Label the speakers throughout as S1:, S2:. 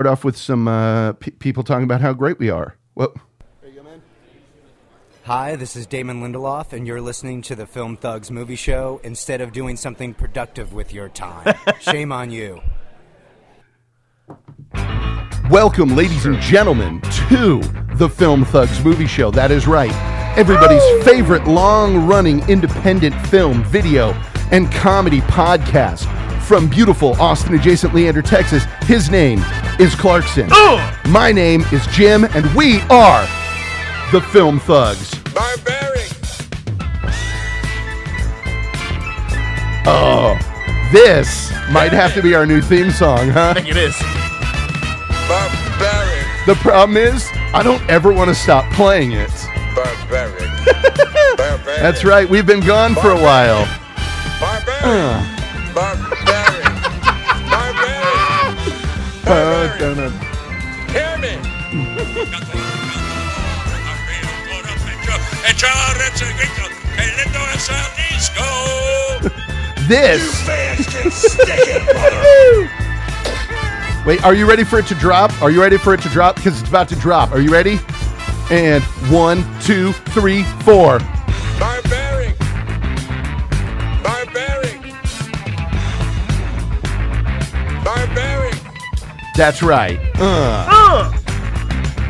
S1: start off with some uh, pe- people talking about how great we are. Well,
S2: Hi, this is Damon Lindelof, and you're listening to the Film Thugs Movie Show instead of doing something productive with your time. Shame on you.
S1: welcome, ladies and gentlemen, to the Film Thugs Movie Show. That is right, everybody's favorite long-running independent film, video, and comedy podcast from beautiful Austin, adjacent Leander, Texas. His name is Clarkson. My name is Jim, and we are the Film Thugs.
S3: Barbaric.
S1: This might have to be our new theme song, huh?
S4: think it is.
S3: Barbaric.
S1: The problem is, I don't ever want to stop playing it.
S3: Barbaric. Barbaric.
S1: That's right, we've been gone for a while.
S3: Barbaric. Barbaric. Barbaric.
S1: Uh, no, no.
S3: Hear me.
S1: This. Wait, are you ready for it to drop? Are you ready for it to drop? Because it's about to drop. Are you ready? And one, two, three, four.
S3: Barbaric. Barbaric. Barbaric.
S1: That's right.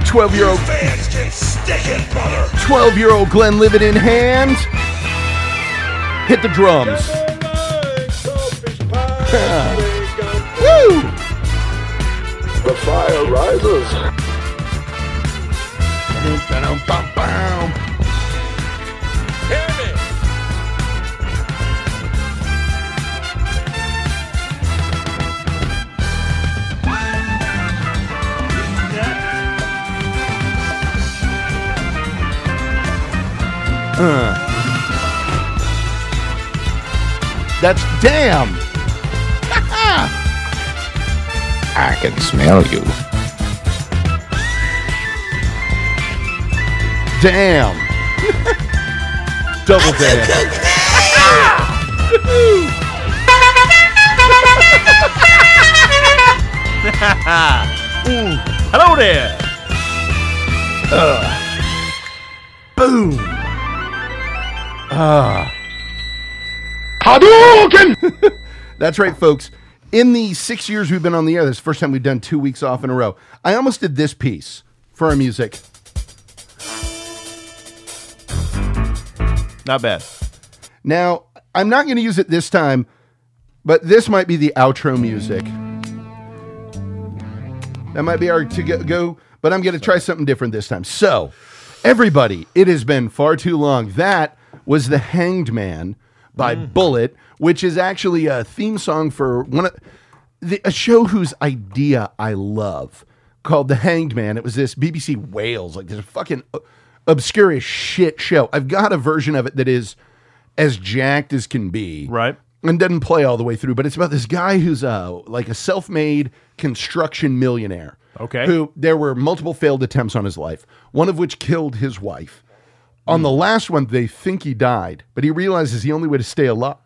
S1: Twelve year old. Twelve year old Glenn Livid in hand. Hit the drums. Woo!
S3: The fire rises. Hear me.
S1: That's damn.
S5: I can smell you.
S1: Damn. Double damn.
S4: Hello there.
S1: That's right, folks. In the six years we've been on the air, this is the first time we've done two weeks off in a row. I almost did this piece for our music.
S4: Not bad.
S1: Now, I'm not going to use it this time, but this might be the outro music. That might be our to go, go but I'm going to try something different this time. So, everybody, it has been far too long. That was The Hanged Man by Bullet, which is actually a theme song for one of the, a show whose idea I love called The Hanged Man. It was this BBC Wales, like this fucking o- obscure as shit show. I've got a version of it that is as jacked as can be.
S4: Right.
S1: And doesn't play all the way through, but it's about this guy who's uh, like a self made construction millionaire.
S4: Okay.
S1: Who there were multiple failed attempts on his life, one of which killed his wife. On the last one, they think he died, but he realizes the only way to stay alive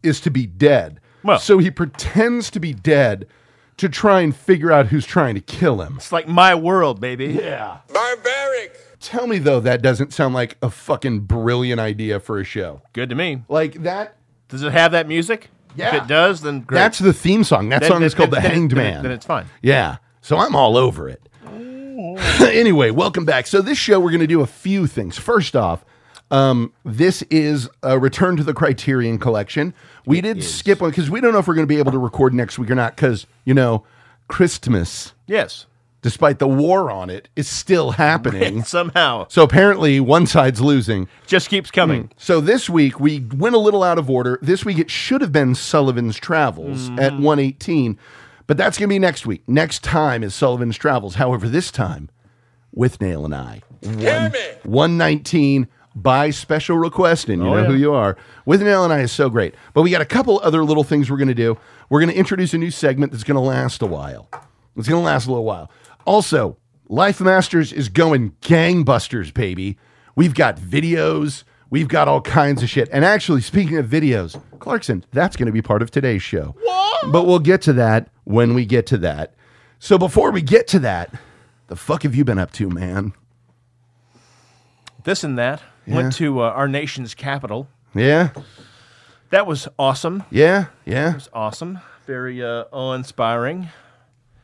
S1: is to be dead.
S4: Well-
S1: so he pretends to be dead to try and figure out who's trying to kill him.
S4: It's like my world, baby.
S3: Barbaric.
S1: Tell me, though, that doesn't sound like a fucking brilliant idea for a show.
S4: Good to me.
S1: Like that.
S4: Does it have that music?
S1: Yeah.
S4: If it does, then great.
S1: That's the theme song. That
S4: Then-
S1: song
S4: then-
S1: is called
S4: then-
S1: The
S4: then-
S1: Hanged
S4: then-
S1: Man.
S4: Then it's fine.
S1: Yeah. So I'm all over it. anyway, welcome back. So this show we're going to do a few things. First off, um, this is a return to the Criterion Collection. We did skip one because we don't know if we're going to be able to record next week or not. Because you know, Christmas,
S4: Yes.
S1: despite the war on it, is still happening.
S4: Somehow,
S1: so apparently, one side's losing.
S4: just keeps coming.
S1: So this week we went a little out of order. This week it should have been Sullivan's Travels at 118, but that's going to be next week. Next time is Sullivan's Travels. However, this time with Nail and I.
S3: Hear me.
S1: 119 by special request, and you know who you are. With Nail and I is so great. But we got a couple other little things we're going to do. We're going to introduce a new segment that's going to last a while. It's going to last a little while. Also, Life Masters is going gangbusters, baby. We've got videos. We've got all kinds of shit. And actually, speaking of videos, Clarkson, that's going to be part of today's show. But we'll get to that when we get to that. So before we get to that, the fuck have you been up to, man?
S4: This and that.
S1: Yeah.
S4: Went to uh, our nation's capital.
S1: Yeah,
S4: That was awesome.
S1: yeah, yeah.
S4: It's awesome. Very uh, awe-inspiring.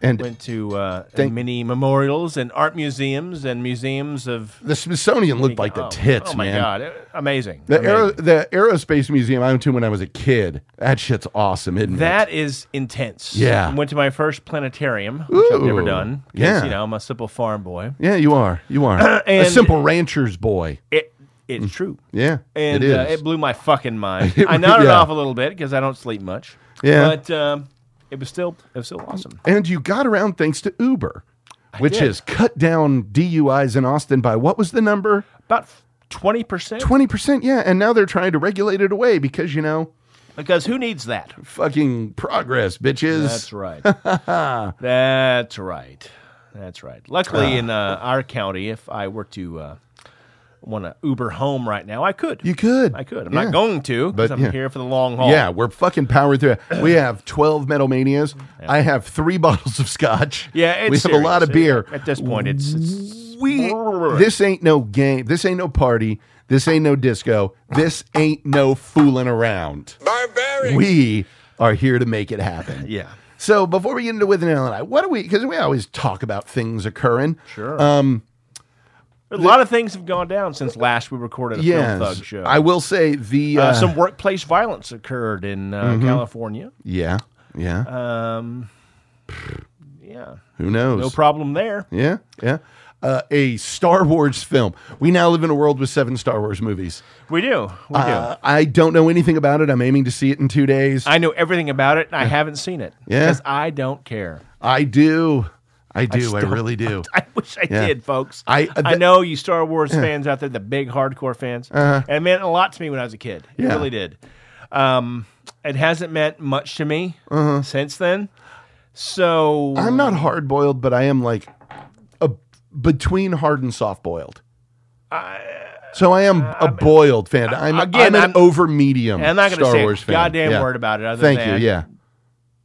S1: And
S4: Went to uh,
S1: Thank-
S4: many memorials and art museums and museums of
S1: the Smithsonian looked like the
S4: Oh,
S1: tits,
S4: Oh my
S1: man.
S4: god, It- amazing!
S1: The, aer-
S4: Amazing.
S1: the aerospace museum I went to when I was a kid. That shit's awesome, isn't
S4: that is intense.
S1: Yeah.
S4: went to my first planetarium, which I've never
S1: Ooh,
S4: done. 'cause,
S1: yeah.
S4: you know I'm a simple farm boy.
S1: it? Yeah, you are. You are a
S4: And-
S1: simple rancher's boy.
S4: It it's true.
S1: Yeah,
S4: And
S1: Mm. it is.
S4: Uh, it blew my fucking mind.
S1: It
S4: I nodded
S1: really- yeah.
S4: off a little bit because I don't sleep much.
S1: Yeah.
S4: but um, it was still it was still awesome.
S1: and you got around thanks to Uber, which
S4: did.
S1: has cut down DUIs in Austin by what was the number?
S4: About twenty percent.
S1: Twenty percent. Yeah, and now they're trying to regulate it away because you know,
S4: Because who needs that?
S1: fucking progress, bitches.
S4: That's right. That's right. That's right. Luckily, in uh, our county, if I were to uh, want to Uber home right now, I could.
S1: You could.
S4: I could. I'm
S1: Yeah.
S4: not going to because
S1: But,
S4: I'm
S1: yeah.
S4: here for the long haul.
S1: Yeah, we're fucking powered through it. We have 12 Metal Manias. I have three bottles of scotch.
S4: Yeah, it's
S1: we have a lot
S4: serious.
S1: of beer.
S4: At this point, it's, it's
S1: We, this ain't no game. This ain't no party. This ain't no disco. This ain't no fooling around.
S3: Barbaric.
S1: We are here to make it happen.
S4: yeah.
S1: So before we get into With an L and I, what do we, because we always talk about things occurring. Sure. Um,
S4: A lot of things have gone down since last we recorded a
S1: yes.
S4: film thug show.
S1: I will say the, uh, Mm-hmm.
S4: uh, some workplace violence occurred in uh, California.
S1: yeah, yeah.
S4: Um, yeah,
S1: Who knows?
S4: no problem there.
S1: Yeah, yeah. Uh, a Star Wars film. We now live in a world with seven Star Wars movies.
S4: We do. We do.
S1: Uh, I don't know anything about it. I'm aiming to see it in two days. I,
S4: I know everything about it, and I haven't seen it
S1: Yeah.
S4: because I don't care.
S1: do. I do. I, really do.
S4: I wish I
S1: Yeah.
S4: did, folks.
S1: I-
S4: I
S1: uh,
S4: I
S1: th-
S4: know you Star Wars fans out there, the big hardcore fans, uh and it meant a lot to me when I was a kid. It
S1: Uh-huh. Yeah.
S4: really did. Um, it hasn't meant much to me since then. So
S1: I, am Uh-huh. not hard boiled, but I am like a, between hard and soft boiled. So I am a boiled fan. I'm,
S4: again,
S1: I'm an
S4: I'm-
S1: over medium
S4: and I'm not going to
S1: Star
S4: say
S1: Wars
S4: a
S1: fan.
S4: goddamn
S1: Yeah.
S4: word about it. Other
S1: Thank
S4: than
S1: you. Yeah.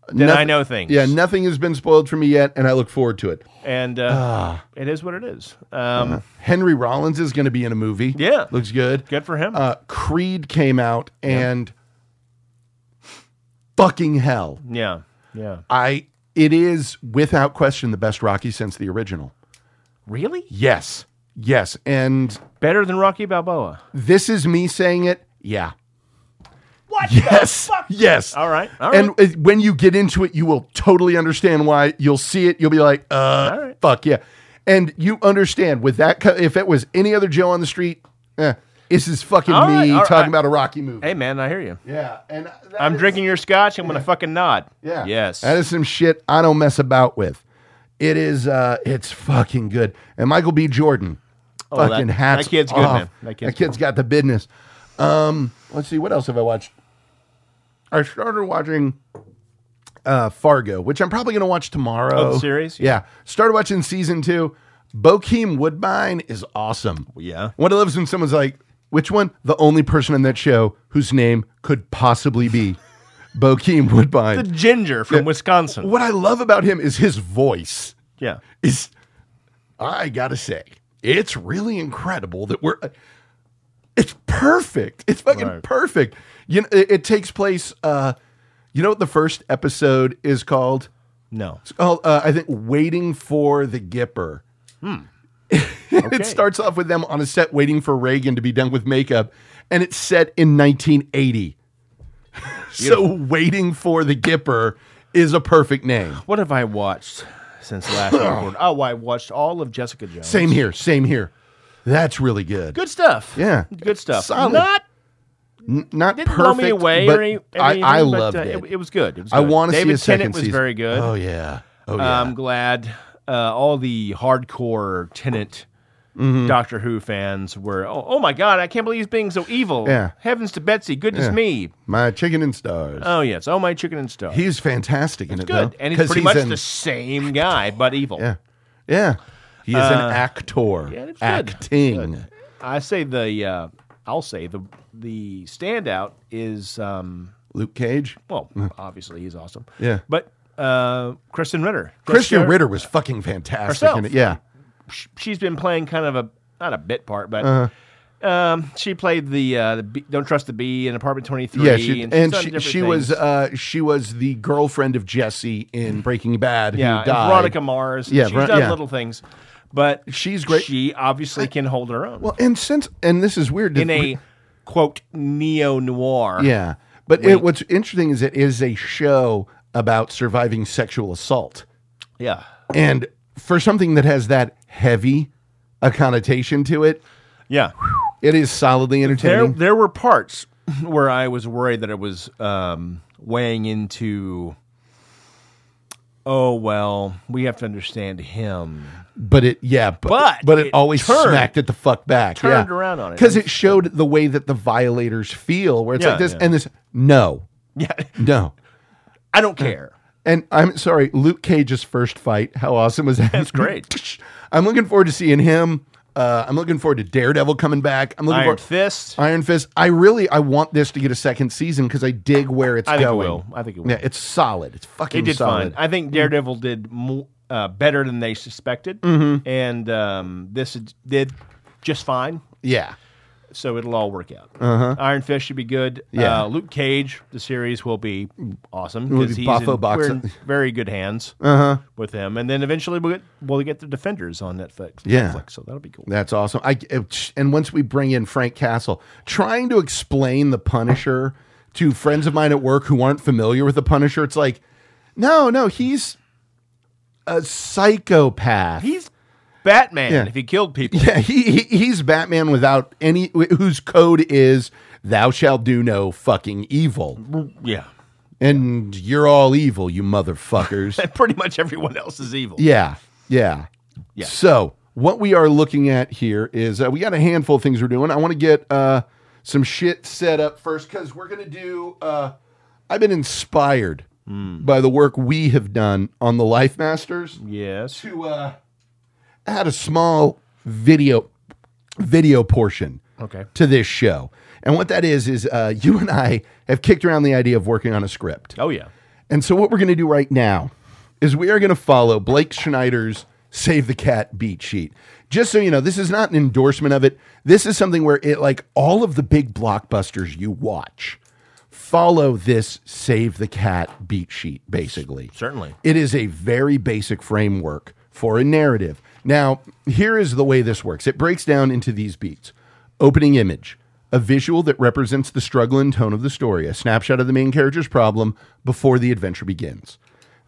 S4: Then I
S1: Nothing-
S4: know things.
S1: Yeah, nothing has been spoiled for me yet, and I look forward to it.
S4: and uh,
S1: Ah.
S4: it is what it is. Um,
S1: Uh-huh. Henry Rollins is going to be in a movie.
S4: Yeah.
S1: Looks good.
S4: Good for him.
S1: Uh, Creed came out and fucking hell.
S4: yeah, yeah.
S1: I it is without question the best Rocky since the original.
S4: Really
S1: Yes. Yes. And
S4: better than Rocky Balboa.
S1: this is me saying it. Yeah.
S4: What?
S1: Yes. Yes.
S4: All right. All right.
S1: And uh, when you get into it, you will totally understand why. You'll see it. You'll be like, uh,
S4: right.
S1: fuck yeah. And you understand with that, co- if it was any other Joe on the street, eh, this is fucking
S4: All
S1: me
S4: right, all right.
S1: talking about a Rocky movie.
S4: hey, man, I hear you.
S1: Yeah. And that
S4: I'm
S1: is-
S4: drinking your scotch. I'm gonna fucking nod.
S1: Yeah.
S4: Yes.
S1: That is some shit I don't mess about with. It is uh it's fucking good. And Michael B. Jordan.
S4: Oh, that-
S1: fucking
S4: that
S1: hats.
S4: kid's good,
S1: off.
S4: man. That kid's
S1: that kid's got the business. Um, let's see, what else have I watched? I started watching uh Fargo, which I'm probably gonna watch tomorrow.
S4: Oh, the series?
S1: Yeah. Started watching season two. Bokeem Woodbine is awesome.
S4: yeah.
S1: What I love is when someone's like, which one? The only person in that show whose name could possibly be Bokeem Woodbine.
S4: the ginger from Wisconsin.
S1: What I love about him is his voice.
S4: Yeah.
S1: Is I gotta say, it's really incredible that we're. It's perfect. It's fucking
S4: Right.
S1: perfect. You know, it, it takes place. Uh, you know what the first episode is called?
S4: No.
S1: It's called, uh, I think, "Waiting for the Gipper." it starts off with them on a set waiting for Reagan to be done with makeup, and it's set in 1980. so, "Waiting for the Gipper" is a perfect name.
S4: What have I watched since last record? Oh, I watched all of Jessica Jones.
S1: Same here. Same here. That's really good.
S4: Good stuff.
S1: Yeah.
S4: Good stuff.
S1: Solid.
S4: Not
S1: N- not
S4: didn't
S1: perfect.
S4: blow me away
S1: but
S4: or any, anything,
S1: I, I
S4: but,
S1: loved
S4: uh,
S1: it.
S4: it. was good. It was
S1: I
S4: good.
S1: want to see a
S4: David
S1: second
S4: Tennant was
S1: season.
S4: very good. Um,
S1: Oh yeah. Oh yeah.
S4: I'm glad uh, all the hardcore Tennant
S1: Mm-hmm.
S4: Doctor Who fans were. Oh, oh my God! I can't believe he's being so evil.
S1: Yeah.
S4: Heavens to Betsy! Goodness
S1: Yeah.
S4: me!
S1: My chicken and stars.
S4: Oh yes! Oh my chicken and stuff.
S1: he's fantastic in it.
S4: good,
S1: though,
S4: and
S1: 'cause
S4: he's pretty much
S1: in-
S4: the same guy but evil.
S1: Yeah. Yeah. He is an actor.
S4: it was Uh, good.
S1: acting.
S4: I say the uh, I'll say the the standout is um,
S1: Luke Cage.
S4: well obviously he's awesome.
S1: Yeah.
S4: But uh, Kristen Ritter.
S1: Christian
S4: Jessica-
S1: Ritter was fucking fantastic.
S4: Herself.
S1: In it. Yeah.
S4: sh- she's been playing kind of a not a bit part, but
S1: Uh-huh.
S4: um, she played the, uh, the B, don't trust the bee in Apartment Twenty Three.
S1: Yeah, she,
S4: she's
S1: and
S4: done
S1: she,
S4: different
S1: she was
S4: things.
S1: uh, she was the girlfriend of Jesse in Breaking Bad.
S4: yeah,
S1: who
S4: and
S1: died.
S4: Veronica Mars.
S1: Yeah,
S4: she's
S1: Veron-
S4: done
S1: yeah.
S4: little things, but
S1: She's great.
S4: She obviously can hold her own
S1: Well, and since and this is weird. to-
S4: in a quote neo noir.
S1: yeah, but it, what's interesting is it is a show about surviving sexual assault,
S4: yeah,
S1: and for something that has that heavy a connotation to it,
S4: yeah.
S1: it is solidly
S4: There,
S1: entertaining.
S4: there were parts where I was worried that it was um, weighing into. Oh well, we have to understand him.
S1: But it, yeah, but
S4: But
S1: but it,
S4: it
S1: always
S4: turned-
S1: smacked it the fuck back.
S4: turned around on it.
S1: because it showed the way that the violators feel, where it's
S4: Yeah,
S1: like this
S4: yeah.
S1: and this. No,
S4: Yeah,
S1: no,
S4: I don't care.
S1: and I'm sorry, Luke Cage's first fight. How awesome was that?
S4: That's great.
S1: I'm looking forward to seeing him. Uh, I'm looking forward to Daredevil coming back. I'm looking
S4: Iron
S1: forward
S4: Fist.
S1: Iron Fist. I really I want this to get a second season because I dig where it's
S4: I think it
S1: going.
S4: will. I think it will.
S1: Yeah, it's solid. It's fucking
S4: They did
S1: solid.
S4: fine. I think Daredevil did mo- uh, better than they suspected,
S1: Mm-hmm.
S4: and um, this is- did just fine.
S1: yeah.
S4: So it'll all work out. Uh-huh. Iron Fist should be good.
S1: Yeah.
S4: Uh, Luke Cage, the series will be awesome
S1: Will be
S4: he's
S1: Buffo
S4: in,
S1: box-
S4: we're in very good hands uh-huh. with him. And then eventually we'll get we'll get the Defenders on Netflix.
S1: Yeah.
S4: Netflix, so that'll be cool.
S1: That's awesome. I and once we bring in Frank Castle, trying to explain the Punisher to friends of mine at work who aren't familiar with the Punisher, it's like, no, no, he's a psychopath.
S4: He's Batman.
S1: Yeah.
S4: If he killed people,
S1: yeah, he, he he's Batman without any whose code is thou shalt do no fucking evil,
S4: yeah.
S1: and you're all evil, you motherfuckers.
S4: Pretty much everyone else is evil.
S1: Yeah, yeah,
S4: Yeah.
S1: So what we are looking at here is uh, we got a handful of things we're doing. I want to get uh, some shit set up first because we're gonna do. Uh, I've been inspired
S4: Hmm.
S1: by the work we have done on the Life Masters
S4: Yes.
S1: to uh, add a small video video portion
S4: Okay.
S1: to this show. And what that is is uh, you and I have kicked around the idea of working on a script.
S4: Oh yeah.
S1: And so, what we're going to do right now is we are going to follow Blake Schneider's Save the Cat beat sheet. Just so you know, this is not an endorsement of it. This is something where it, like all of the big blockbusters you watch, follow this Save the Cat beat sheet, basically.
S4: Certainly.
S1: It is a very basic framework for a narrative. Now, here is the way this works it breaks down into these beats opening image, a visual that represents the struggle and tone of the story, a snapshot of the main character's problem before the adventure begins.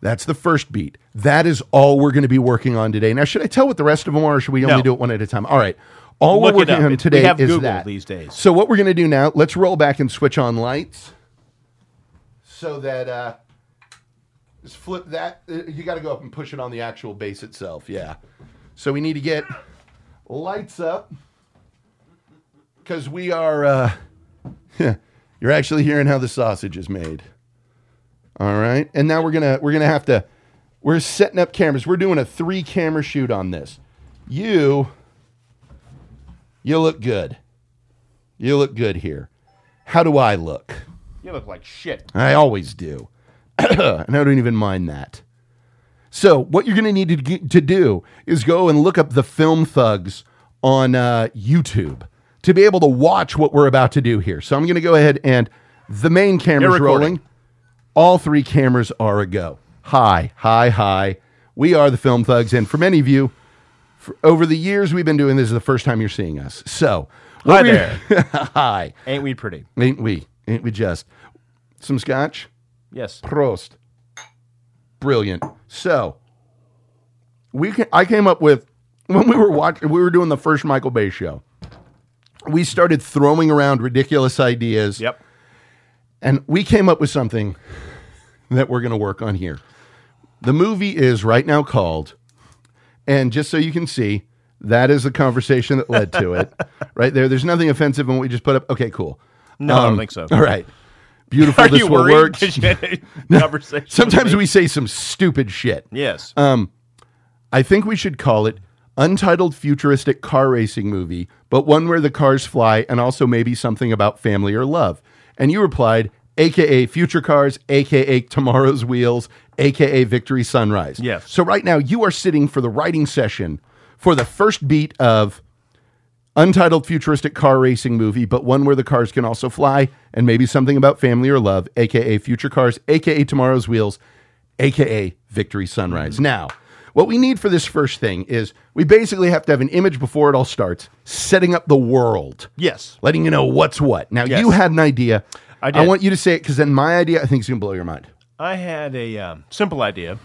S1: That's the first beat. That is all we're going to be working on today. Now, should I tell what the rest of them are, or should we only
S4: No.
S1: do it one at a time? All right. All
S4: Look
S1: we're
S4: it
S1: working
S4: up.
S1: on
S4: It's- we
S1: today
S4: have
S1: is
S4: Google
S1: that.
S4: these days.
S1: So, what we're going to do now, let's roll back and switch on lights so that uh just flip that uh, you got to go up and push it on the actual base itself yeah so we need to get lights up because we are uh you're actually hearing how the sausage is made all right and now we're gonna we're gonna have to we're setting up cameras we're doing a three camera shoot on this you you look good you look good here how do i look
S4: You look like shit.
S1: I always do. and I don't even mind that. So, what you're going to need to g- to do is go and look up the film thugs on uh, YouTube to be able to watch what we're about to do here. So, I'm going to go ahead and the main camera's
S4: recording.
S1: rolling. All three cameras are a go. Hi, hi, hi. We are the film thugs. And for many of you, for, over the years we've been doing this, is the first time you're seeing us. So,
S4: Hi
S1: what we- hi.
S4: Ain't we pretty?
S1: Ain't we? Ain't we just? Some scotch?
S4: Yes.
S1: Prost. Brilliant. So we can, I came up with when we were watching we were doing the first Michael Bay show. We started throwing around ridiculous ideas.
S4: Yep.
S1: And we came up with something that we're going to work on here. The movie is right now called, and just so you can see, that is the conversation that led to it. right there. There's nothing offensive in what we just put up. Okay, cool.
S4: No, I don't think so.
S1: Um, All right. Beautiful.
S4: Are
S1: this
S4: you
S1: will
S4: worried?
S1: work.
S4: 'Cause you had a conversation.
S1: Sometimes we say some stupid shit.
S4: Yes.
S1: uh, I think we should call it Untitled Futuristic Car Racing Movie, but one where the cars fly and also maybe something about family or love. And you replied, AKA Future Cars, AKA Tomorrow's Wheels, aka Victory Sunrise.
S4: Yes.
S1: So right now you are sitting for the writing session for the first beat of untitled futuristic car racing movie, but one where the cars can also fly, and maybe something about family or love, aka future cars, aka tomorrow's wheels, aka Victory Sunrise.
S4: Mm-hmm.
S1: Now, what we need for this first thing is we basically have to have an image before it all starts, setting up the world
S4: Yes.
S1: letting you know what's what. Now
S4: Yes.
S1: you had an idea.
S4: I did.
S1: want you to say it because then my idea I think is gonna blow your mind.
S4: I had a um, simple idea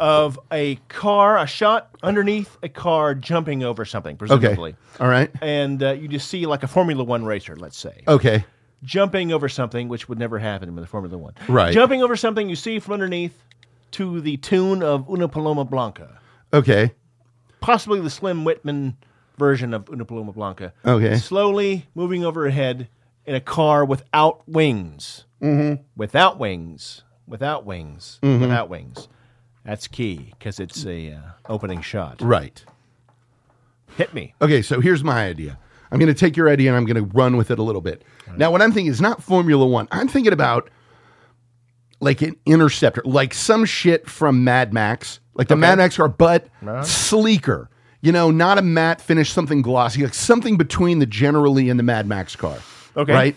S4: of a car, a shot underneath a car jumping over something,
S1: Okay.
S4: presumably.
S1: All right.
S4: And uh, you just see like a Formula One racer, let's say,
S1: Okay.
S4: jumping over something, which would never happen with a Formula One.
S1: Right.
S4: Jumping over something you see from underneath to the tune of Una Paloma Blanca,
S1: Okay.
S4: possibly the Slim Whitman version of Una Paloma Blanca.
S1: Okay.
S4: Slowly moving overhead in a car without wings. Mm-hmm. Without wings. Without wings.
S1: Mm-hmm.
S4: Without wings. That's key because it's a uh, opening shot.
S1: Right.
S4: Hit me.
S1: Okay, so here's my idea. I'm gonna take your idea and I'm gonna run with it a little bit. Now what I'm thinking is not Formula One. I'm thinking about like an interceptor, like some shit from Mad Max, like the Mad Max car, but sleeker. You know, not a matte finish, something glossy, like something between the Generally and the Mad Max car.
S4: Okay.
S1: Right?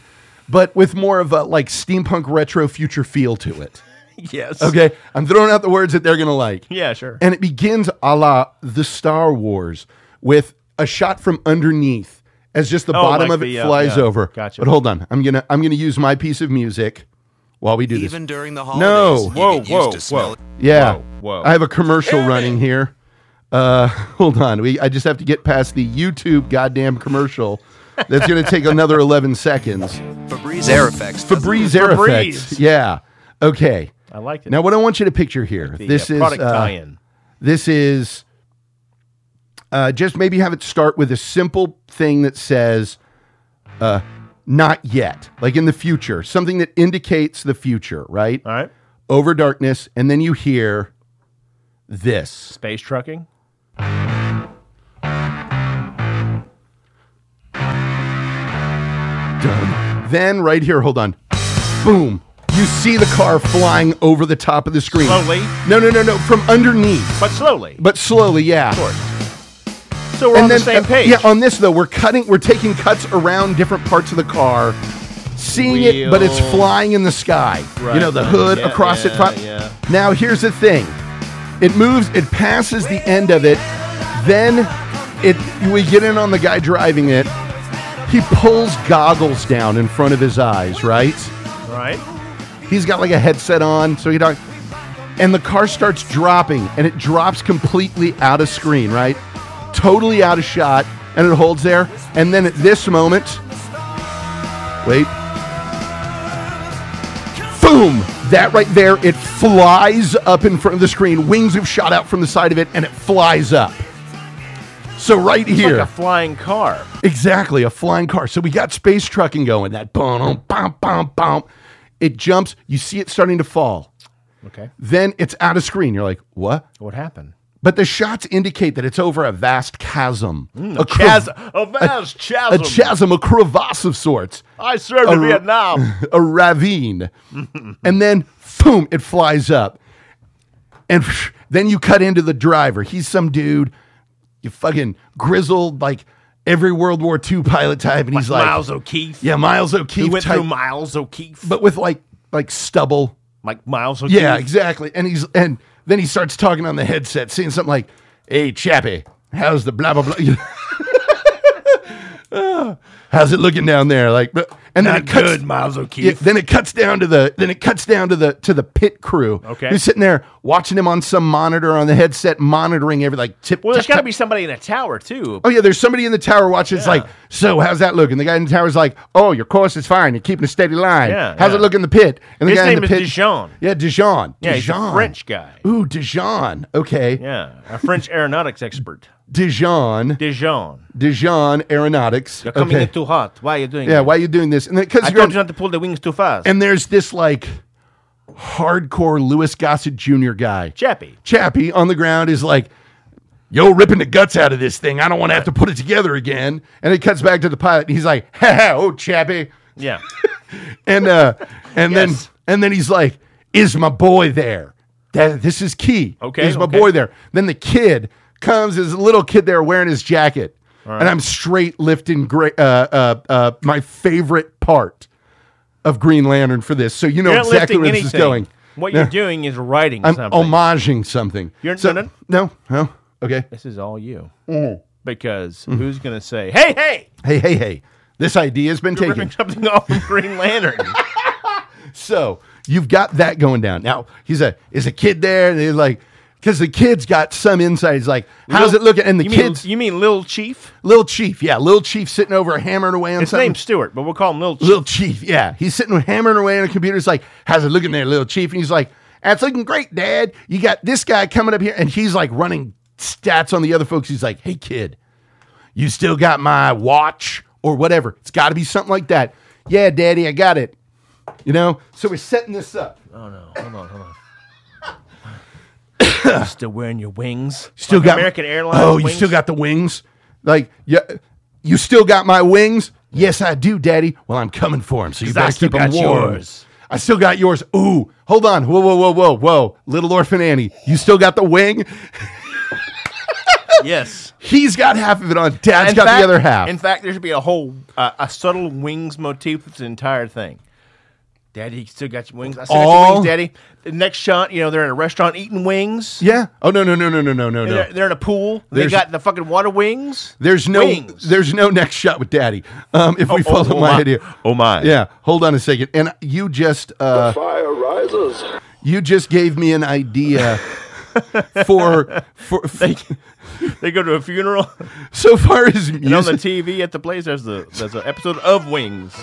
S1: But with more of a like steampunk retro future feel to it.
S4: Yes.
S1: Okay. I'm throwing out the words that they're going to like.
S4: Yeah, sure.
S1: And it begins a la the Star Wars with a shot from underneath as just the
S4: Oh,
S1: bottom
S4: like
S1: of it
S4: the, uh,
S1: flies
S4: yeah.
S1: over.
S4: Gotcha.
S1: But hold on. I'm going to I'm going to use my piece of music while we do this.
S6: Even during the
S1: No.
S6: holidays, you
S4: Whoa,
S6: get used
S4: whoa, whoa.
S6: to smelling
S1: Yeah.
S4: Whoa, whoa.
S1: I have a commercial running here. Uh, hold on. We I just have to get past the YouTube goddamn commercial. That's going to take another 11 seconds.
S6: Febreze Air Effects. doesn't it?
S1: Febreze Air
S4: Febreze.
S1: Effects. Yeah. Okay.
S4: I like it.
S1: Now, what I want you to picture here.
S4: the,
S1: this
S4: uh,
S1: is
S4: product
S1: uh,
S4: tie-in.
S1: This is uh, just maybe have it start with a simple thing that says, uh, "Not yet," like in the future, something that indicates the future, right?
S4: All right.
S1: Over darkness, and then you hear this.
S4: Space trucking.
S1: Then right here, hold on, boom. You see the car flying over the top of the screen.
S4: Slowly.
S1: No, no, no, no. From underneath,
S4: But slowly.
S1: but slowly. Yeah.
S4: course. So we're on the same
S1: uh,
S4: page.
S1: Yeah, on this though, we're cutting, we're taking cuts around different parts of the car, seeing it, but it's
S4: Wheels.
S1: flying in the sky.
S4: Right,
S1: you know, the
S4: right,
S1: hood
S4: yeah,
S1: across it.
S4: yeah,
S1: fi-
S4: yeah.
S1: Now here's the thing: it moves, it passes the end of it, then it we get in on the guy driving it. He pulls goggles down in front of his eyes, right?
S4: right.
S1: He's got like a headset on, so he don't. And the car starts dropping, and it drops completely out of screen, right? Totally out of shot, and it holds there. And then at this moment, wait, boom! That right there, it flies up in front of the screen. Wings have shot out from the side of it, and it flies up. So right
S4: It's
S1: here,
S4: like a flying car.
S1: Exactly, a flying car. So we got space trucking going. That boom, boom, boom, boom. It jumps. You see it starting to fall.
S4: Okay.
S1: Then it's out of screen. You're like, what?
S4: What happened?
S1: But the shots indicate that it's over a vast chasm, a, crev-
S4: Chasm. A vast
S1: a
S4: chasm.
S1: chasm, a crevasse of sorts,
S4: I served in
S1: a-
S4: Vietnam.
S1: a ravine, and then boom, it flies up, and then you cut into the driver. He's some dude, you fucking grizzled like every World War II pilot type, and he's like,
S4: Miles O'Keefe.
S1: Yeah, Miles
S4: He
S1: O'Keefe
S4: went
S1: type,
S4: through Miles O'Keefe.
S1: but with like like stubble. Mm-hmm.
S4: like Miles O'Keefe.
S1: Yeah, exactly. And he's and then he starts talking on the headset, saying something like, "Hey, Chappie, how's the blah blah blah." You know? Ah, How's it looking down there? Like, but- and then
S4: Not
S1: it cuts.
S4: good, Miles
S1: yeah,
S4: O'Keefe.
S1: then it cuts down to the then it cuts down to the to the pit crew.
S4: Okay.
S1: who's sitting there watching him on some monitor on the headset, monitoring every like tip.
S4: well, there's
S1: tap,
S4: got to
S1: tap.
S4: be somebody in a tower too.
S1: Oh yeah, there's somebody in the tower watching. It's
S4: Yeah.
S1: like, so how's that looking? The guy in the tower's like, oh, your course is fine. You're keeping a steady line.
S4: Yeah,
S1: how's
S4: yeah.
S1: it look in the pit? And the
S4: His
S1: guy in
S4: name
S1: the
S4: is
S1: pit,
S4: Dijon.
S1: Yeah, Dijon.
S4: Yeah, he's a
S1: Dijon.
S4: French guy.
S1: Ooh, Dijon. Okay,
S4: Yeah, a French aeronautics expert,
S1: Dijon.
S4: Dijon.
S1: Dijon Aeronautics.
S4: You're coming
S1: okay.
S4: in too hot. Why are you doing?
S1: yeah,
S4: that?
S1: why are you doing this? And then because
S4: I
S1: you're
S4: told
S1: on-
S4: you not to pull the wings too fast.
S1: and there's this like hardcore Lewis Gossett Jr. guy.
S4: Chappie.
S1: Chappie on the ground is like, Yo, ripping the guts out of this thing. I don't want to have to put it together again. And it cuts back to the pilot, and he's like, "Ha ha, oh Chappie."
S4: Yeah.
S1: and uh and
S4: Yes.
S1: then and then he's like is my boy there That, this is key.
S4: Okay,
S1: There's my
S4: okay.
S1: boy there. Then the kid comes, there's a little kid there wearing his jacket. And I'm straight lifting gra- uh, uh, uh, my favorite part of Green Lantern for this. So you know
S4: You're not
S1: exactly
S4: lifting
S1: where
S4: anything.
S1: this is going.
S4: What you're doing is writing
S1: I'm
S4: something.
S1: homaging something.
S4: You're-
S1: so,
S4: no, no.
S1: no, no. Okay.
S4: This is all you.
S1: Mm.
S4: Because who's going to say, hey, hey,
S1: Hey, hey, hey. This idea has been
S4: you're
S1: taken.
S4: ripping something off from Green Lantern?
S1: So you've got that going down. Now he's a is a kid there, and he's like, because the kid's got some insight. He's like, how's
S4: Lil-
S1: it looking? And the
S4: you
S1: kids,
S4: Mean, you mean Lil Chief?
S1: little chief, yeah, little chief sitting over hammering away on
S4: His
S1: something.
S4: name's Stuart, but we'll call him Lil Chief.
S1: Little chief, yeah, he's sitting hammering away on a computer. He's like, how's it looking there, little chief? And he's like, that's looking great, dad. You got this guy coming up here, and he's like running stats on the other folks. He's like, hey kid, you still got my watch or whatever? It's got to be something like that. Yeah, daddy, I got it. You know, so we're setting this up.
S4: Hold on, hold on. Still wearing your wings?
S1: Still
S4: Like
S1: got
S4: American Airlines.
S1: Oh, you
S4: wings?
S1: still got the wings? Like yeah, you still got my wings? Yes, I do, Daddy. Well, I'm coming for him, so you
S4: I
S1: better
S4: still
S1: keep 'em
S4: got
S1: warm.
S4: yours.
S1: I still got yours. Ooh, hold on. Whoa, whoa, whoa, whoa, whoa. Little orphan Annie, you still got the wing?
S4: yes.
S1: He's got half of it on. Dad's
S4: In
S1: got
S4: fact-
S1: the other half.
S4: In fact, there should be a whole uh, a subtle wings motif with the entire thing. Daddy, you still got your wings. I still got
S1: All-
S4: your wings, Daddy. The next shot, you know, they're in a restaurant eating wings.
S1: yeah. Oh no, no, no, no, no, no, no,
S4: They're,
S1: no.
S4: they're in a pool.
S1: There's-
S4: they got the fucking water wings.
S1: There's no
S4: wings.
S1: there's no next shot with Daddy. Um, if we
S4: oh,
S1: follow
S4: oh
S1: my,
S4: my.
S1: idea.
S4: Oh, my.
S1: Yeah. Hold on a second. And you just uh
S3: Fire rises.
S1: you just gave me an idea for for,
S4: They go to a funeral.
S1: so far as
S4: and on the
S1: music,
S4: TV at the place, there's the there's an episode of Wings.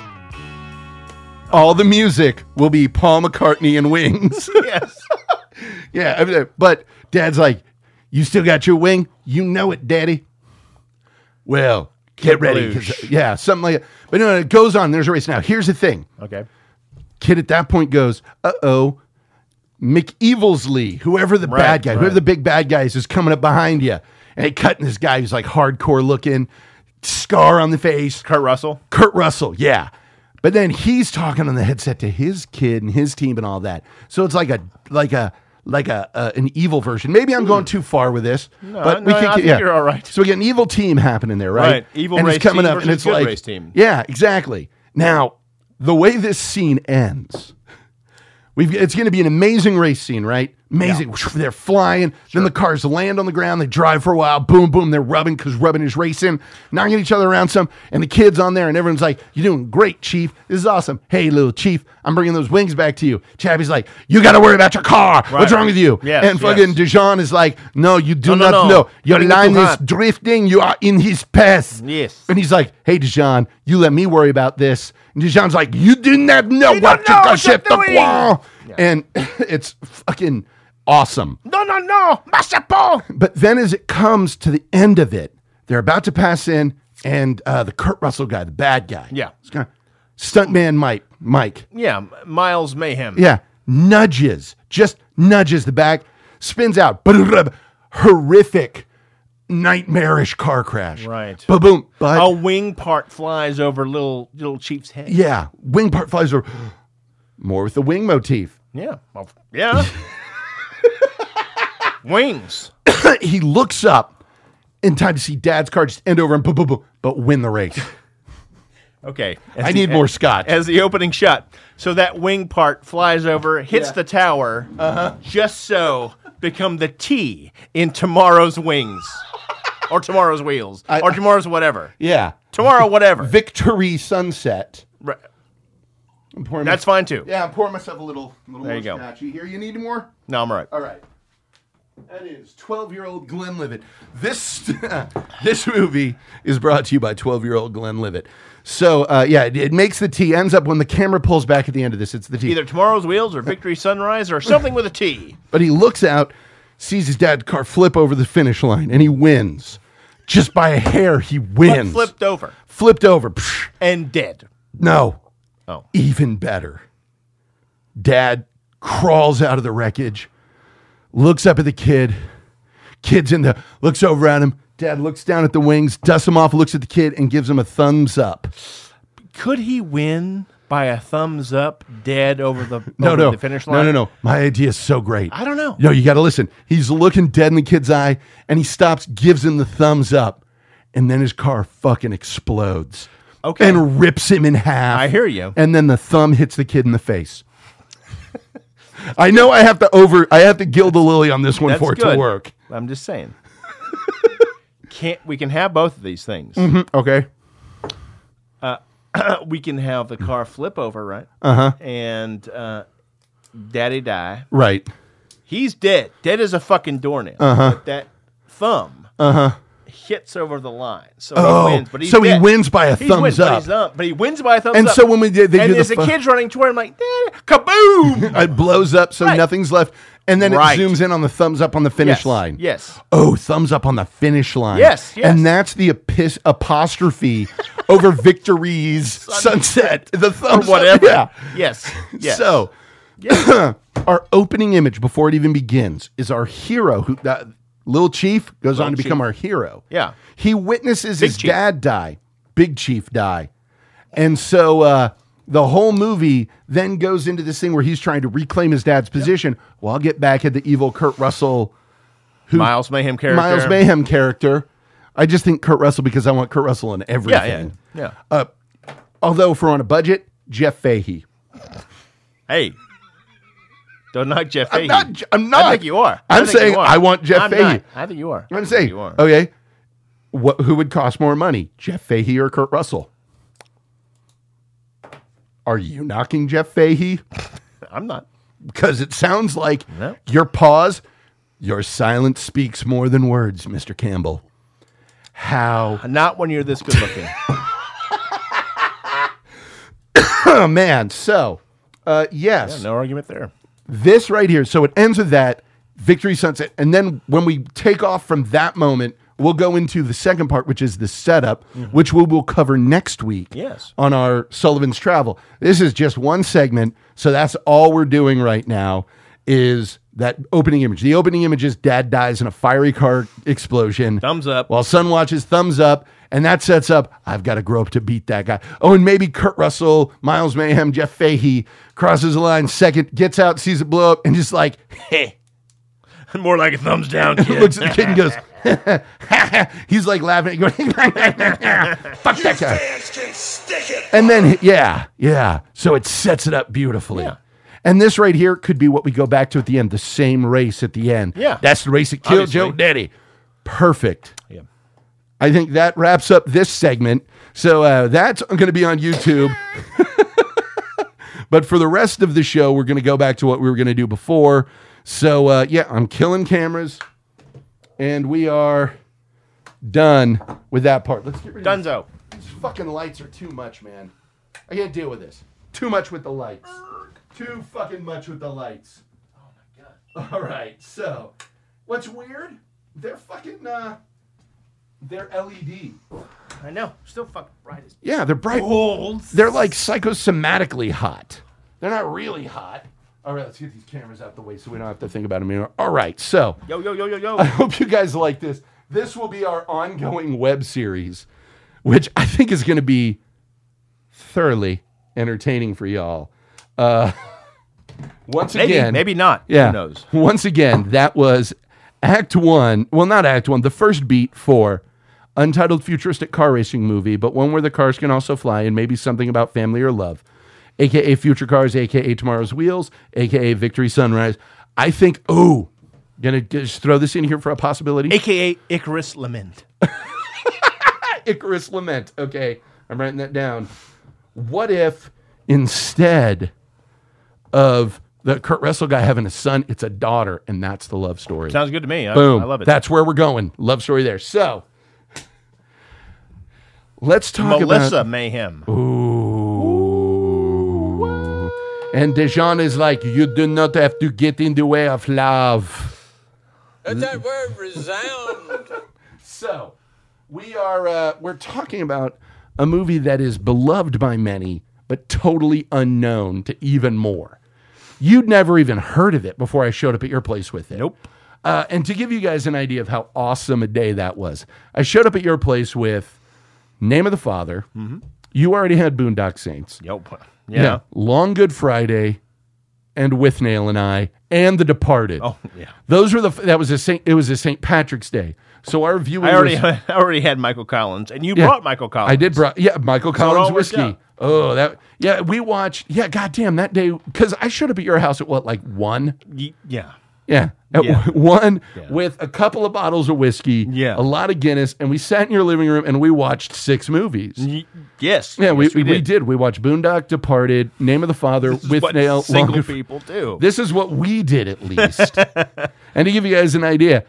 S1: all the music will be Paul McCartney and Wings.
S4: Yes.
S1: yeah, I mean, but Dad's like, "You still got your wing? You know it, Daddy." Well, get ready. 'cause-
S4: Kabloosh.
S1: Yeah, something like that. But no, no, it goes on. There's a race now. Here's the thing.
S4: Okay.
S1: Kid at that point goes, "Uh oh." McEvilsley, whoever the
S4: Right,
S1: bad guy, whoever
S4: right.
S1: the big bad guy is, is coming up behind you, and they cutting this guy who's like hardcore looking, scar on the face,
S4: Kurt Russell.
S1: Kurt Russell, yeah. But then he's talking on the headset to his kid and his team and all that. So it's like a like a like a uh, an evil version. Maybe I'm going too far with this, but we
S4: Hmm. no,
S1: can.
S4: I think you're all right.
S1: So we get an evil team happening there, right?
S4: Right. Evil
S1: and
S4: race
S1: it's coming
S4: team
S1: up, and
S4: versus
S1: it's
S4: good
S1: like
S4: race team.
S1: yeah, exactly. Now the way this scene ends. We've, it's going to be an amazing race scene, right? Amazing. They're flying. Then the cars land on the ground. They drive for a while. Boom, boom. They're rubbing because rubbing is racing, knocking each other around some. And the kid's on there, and everyone's like, You're doing great, Chief. This is awesome. Hey, little Chief, I'm bringing those wings back to you. Chappie's like, You got to worry about your car. What's wrong with you?
S4: Yes,
S1: and fucking
S4: yes.
S1: Dijon is like, No, you do
S4: No, no,
S1: not
S4: no.
S1: know. Your
S4: Putting it
S1: line
S4: too
S1: is
S4: hard.
S1: drifting. You are in his path.
S4: Yes.
S1: And he's like, hey, Dijon, you let me worry about this. And Dijon's like, you do not know what
S4: know
S1: you got
S4: what you're
S1: shit the
S4: doing."
S1: wall. And it's fucking awesome.
S4: No, no, no, Masapo.
S1: But then as it comes to the end of it, they're about to pass in, and uh, the Kurt Russell guy, the bad guy.
S4: Yeah.
S1: It's kinda- Stuntman Mike, Mike.
S4: Yeah, M- Miles Mayhem.
S1: Yeah. Nudges, just nudges the back, spins out. Horrific, nightmarish car crash.
S4: Right. Oh,
S1: Ba boom. But
S4: A wing part flies over little little Chief's head.
S1: Yeah, wing part flies over. More with the wing motif.
S4: Yeah. Well, yeah. Wings.
S1: he looks up in time to see Dad's car just end over and boom, boom, boom, but win the race.
S4: Okay. e-
S1: I need more Scott.
S4: As the opening shot. So that wing part flies over, hits the tower, uh-huh. just so become the T in tomorrow's wings. or tomorrow's wheels. or tomorrow's whatever.
S1: yeah,
S4: Tomorrow, whatever.
S1: victory sunset.
S4: Right.
S1: I'm pouring
S4: That's
S1: my-
S4: fine too.
S1: Yeah, I'm pouring myself a little, little
S4: There
S1: more
S4: you go.
S1: scotchy here. You need more?
S4: No, I'm all right.
S1: All right. That is 12 year old Glenn Livett. This, this movie is brought to you by 12 year old Glenn Livett. So, uh, yeah, it, it makes the T, ends up when the camera pulls back at the end of this, it's the T.
S4: Either tomorrow's wheels or victory sunrise or something with a T.
S1: But he looks out, sees his dad's car flip over the finish line, and he wins. Just by a hair, he
S4: But
S1: wins.
S4: flipped over
S1: Flipped over. Psh,
S4: and dead.
S1: no.
S4: Oh.
S1: Even better. Dad crawls out of the wreckage, looks up at the kid. Kid's in the, looks over at him. Dad looks down at the wings, dusts him off, looks at the kid, and gives him a thumbs up.
S4: Could he win? by a thumbs up, dead over the
S1: No,
S4: over
S1: no,
S4: the finish line.
S1: no, no, no. My idea is so great.
S4: I don't know.
S1: No, you got to listen. He's looking dead in the kid's eye, and he stops, gives him the thumbs up, and then his car fucking explodes.
S4: Okay.
S1: and rips him in half.
S4: I hear you.
S1: And then the thumb hits the kid in the face. I know I have to over. I have to gild the lily on this one
S4: That's
S1: for it
S4: good.
S1: to work.
S4: I'm just saying. Can't we can have both of these things?
S1: Okay.
S4: we can have the car flip over, right? Uh-huh. And uh Daddy die.
S1: Right.
S4: He's dead. Dead as a fucking doornail. Uh-huh. But that thumb uh-huh. hits over the line. So
S1: Oh,
S4: he wins. But he's
S1: so he
S4: dead.
S1: wins by a
S4: He
S1: thumbs
S4: wins, But,
S1: up.
S4: he's up, but he wins by a thumbs
S1: And
S4: up.
S1: so when we did- they
S4: and
S1: do the
S4: there's a
S1: fu-
S4: kid's running toward him like, Daddy, kaboom!
S1: It blows up, so
S4: Right.
S1: nothing's left, and then
S4: Right.
S1: it zooms in on the thumbs up on the finish
S4: Yes,
S1: line.
S4: yes.
S1: Oh, thumbs up on the finish line.
S4: Yes, yes.
S1: And that's the apis- apostrophe over victories sunset. The thumbs up,
S4: Whatever.
S1: yeah.
S4: Yes. Yes.
S1: So, our opening image before it even begins is our hero, who that little chief goes on to
S4: Chief.
S1: become our hero.
S4: Yeah.
S1: he witnesses his
S4: Chief.
S1: dad die, Big Chief die, and so uh, the whole movie then goes into this thing where he's trying to reclaim his dad's position. Well, I'll get back at the evil Kurt Russell,
S4: Miles Mayhem character.
S1: Miles Mayhem character. I just think Kurt Russell because I want Kurt Russell in
S4: Yeah,
S1: everything. Uh,
S4: yeah. Yeah.
S1: Although if we're on a budget, Jeff Fahey.
S4: hey. Don't knock Jeff Fahey.
S1: not J- I'm not.
S4: I think you are.
S1: I'm
S4: think you
S1: saying
S4: are.
S1: I want Jeff
S4: I'm
S1: Fahey.
S4: not. I think you are. I
S1: I'm
S4: think
S1: saying,
S4: you are.
S1: okay, what, who would cost more money, Jeff Fahey or Kurt Russell? Are you knocking Jeff Fahey?
S4: I'm not.
S1: Because it sounds like
S4: No.
S1: your pause, your silence speaks more than words, Mr. Campbell. How,
S4: Not when you're this good looking.
S1: oh man, so, uh, yes.
S4: no argument there.
S1: this right here. So it ends with that victory sunset, and then when we take off from that moment, we'll go into the second part, which is the setup, which we will cover next week.
S4: Yes.
S1: on our Sullivan's Travel. This is just one segment, so that's all we're doing right now. Is that opening image? The opening image is Dad dies in a fiery car explosion.
S4: Thumbs up.
S1: While son watches, thumbs up, and that sets up. I've got to grow up to beat that guy. Oh, and maybe Kurt Russell, Miles Mayhem, Jeff Fahey crosses the line second, gets out, sees it blow up, and just like
S4: More like a thumbs down, kid.
S1: looks at the kid and goes, he's like laughing, going, fuck that guy.
S3: Fans can stick it.
S1: And then, yeah, yeah. So it sets it up beautifully.
S4: Yeah.
S1: And this right here could be what we go back to at the end, the same race at the end.
S4: Yeah.
S1: That's the race that killed
S4: Obviously.
S1: Joe Daddy. Perfect.
S4: Yeah.
S1: I think that wraps up this segment. So uh, that's going to be on YouTube. but for the rest of the show, we're going to go back to what we were going to do before. So uh, yeah, I'm killing cameras, and we are done with that part. Let's get rid of
S4: Dunzo.
S1: these fucking lights are too much, man. I can't deal with this. Too much with the lights. Too fucking much with the lights. Oh my god. All right. So, what's weird? They're fucking uh they're LED.
S4: I know. Still fucking bright as
S1: Yeah, they're bright. They're like psychosomatically hot. They're not really hot. All right, let's get these cameras out the way so we don't have to think about them anymore. All right. So,
S4: Yo, yo, yo, yo,
S1: I
S4: yo.
S1: hope you guys like this. This will be our ongoing web series, which I think is going to be thoroughly entertaining for y'all. Uh, once
S4: Maybe,
S1: again,
S4: maybe not.
S1: yeah.
S4: Who knows?
S1: Once again, that was Act One. Well, not Act One. The first beat for untitled futuristic car racing movie, but one where the cars can also fly, and maybe something about family or love, aka Future Cars, aka Tomorrow's Wheels, aka Victory Sunrise. I think. Oh, gonna just throw this in here for a possibility.
S4: AKA Icarus Lament.
S1: Icarus Lament. Okay, I'm writing that down. What if instead of the Kurt Russell guy having a son, it's a daughter, and that's the love story?
S4: Sounds good to me. I,
S1: Boom.
S4: I love it.
S1: That's where we're going. Love story there. So let's talk
S4: Melissa
S1: about
S4: Mayhem.
S1: Ooh. And Dijon is like, you do not have to get in the way of love.
S3: Let that word resound.
S1: So we are uh, we're talking about a movie that is beloved by many, but totally unknown to even more. You'd never even heard of it before I showed up at your place with it.
S4: Nope.
S1: Uh, and to give you guys an idea of how awesome a day that was, I showed up at your place with Name of the Father. You already had Boondock Saints.
S4: Nope. Mm-hmm. Yeah.
S1: Long Good Friday, and With Nail and I, and The Departed.
S4: Oh, yeah.
S1: Those were the. f- That was a Saint. It was a Saint Patrick's Day. So our viewing.
S4: I already,
S1: was-
S4: I already had Michael Collins, and you
S1: Yeah.
S4: brought Michael Collins.
S1: I did brought yeah Michael
S4: all
S1: Collins
S4: worked
S1: whiskey.
S4: out.
S1: Oh, that yeah. We watched yeah. Goddamn that day because I showed up at your house at what like one.
S4: Y- yeah.
S1: Yeah. At
S4: Yeah.
S1: one
S4: Yeah.
S1: with a couple of bottles of whiskey,
S4: Yeah.
S1: a lot of Guinness, and we sat in your living room and we watched six movies.
S4: Y- yes.
S1: Yeah, we,
S4: Yes,
S1: we, we did. We watched Boondock, Departed, Name of the Father,
S4: This is
S1: With
S4: what
S1: Nail,
S4: single
S1: Longer-
S4: people do.
S1: This is what we did at least. and to give you guys an idea,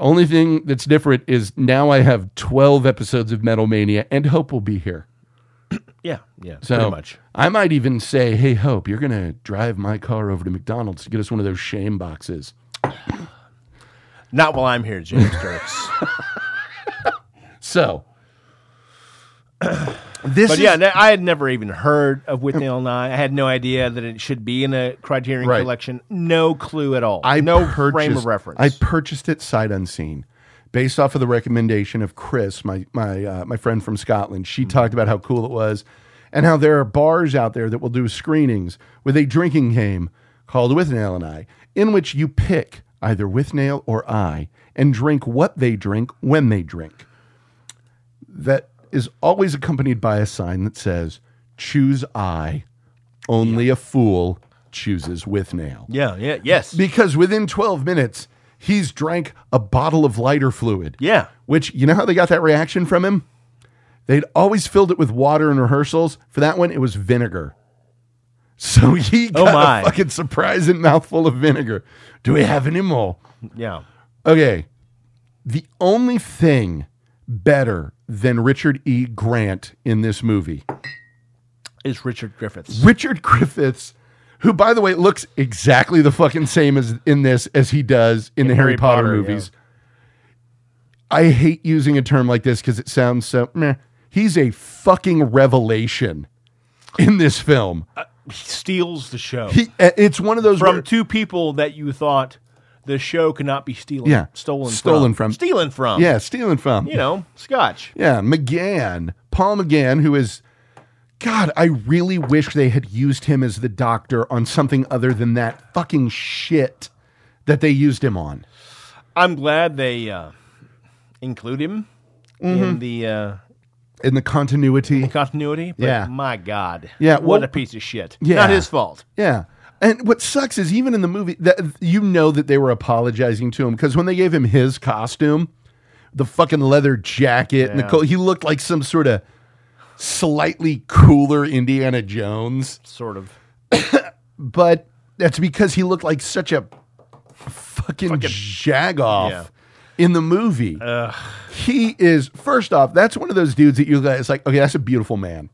S1: only thing that's different is now I have 12 episodes of Metal Mania, and Hope will be here.
S4: yeah, yeah,
S1: So
S4: pretty much.
S1: I might even say, "Hey, Hope, you're gonna drive my car over to McDonald's to get us one of those shame boxes."
S4: Not while I'm here, James Dirks.
S1: So this is
S4: But yeah, no, I had never even heard of With Nail and I. I had no idea that it should be in a Criterion
S1: Right.
S4: collection. No clue at all.
S1: I
S4: no
S1: purchased,
S4: frame of reference.
S1: I purchased it sight unseen, based off of the recommendation of Chris, my my uh, my friend from Scotland.
S4: Mm-hmm.
S1: She talked about how cool it was, and how there are bars out there that will do screenings with a drinking game called With Nail and I, in which you pick either With Nail or I, and drink what they drink when they drink. That is always accompanied by a sign that says "Choose I." Only a fool chooses with nail.
S4: yeah, yeah, yes,
S1: Because within 12 minutes, he's drank a bottle of lighter fluid.
S4: yeah.
S1: Which, you know how they got that reaction from him? They'd always filled it with water in rehearsals. For that one, it was vinegar. So he
S4: Oh
S1: got
S4: my.
S1: a fucking surprising mouthful of vinegar. Do we have any more?
S4: Yeah.
S1: Okay. The only thing better than Richard E. Grant in this movie
S4: Is Richard Griffiths.
S1: Richard Griffiths, who, by the way, looks exactly the fucking same as in this as he does in, the Harry,
S4: Harry
S1: Potter,
S4: Potter,
S1: movies. I hate using a term like this because it sounds so. Meh. He's a fucking revelation in this film.
S4: He steals the show
S1: He, uh, it's one of those
S4: from
S1: where-
S4: two people that you thought the show could not be stealing.
S1: Yeah.
S4: Stolen
S1: Stolen
S4: from.
S1: from.
S4: Stealing from.
S1: yeah, stealing from
S4: You know, Scotch.
S1: Yeah, McGann, Paul McGann, who is. God, I really wish they had used him as the doctor on something other than that fucking shit that they used him on.
S4: I'm glad they uh, include him
S1: Mm-hmm.
S4: in the uh,
S1: In the continuity.
S4: continuity. But
S1: Yeah.
S4: My God.
S1: Yeah,
S4: What
S1: well-
S4: a piece of shit.
S1: Yeah.
S4: Not his fault.
S1: Yeah. And what sucks is even in the movie that you know that they were apologizing to him because when they gave him his costume, the fucking leather jacket and the
S4: Yeah.
S1: coat, he looked like some sort of slightly cooler Indiana Jones.
S4: Sort of.
S1: But that's because he looked like such a fucking, jagoff
S4: Yeah.
S1: in the movie. He is first off, that's one of those dudes that you look at. It's like, okay, that's a beautiful man.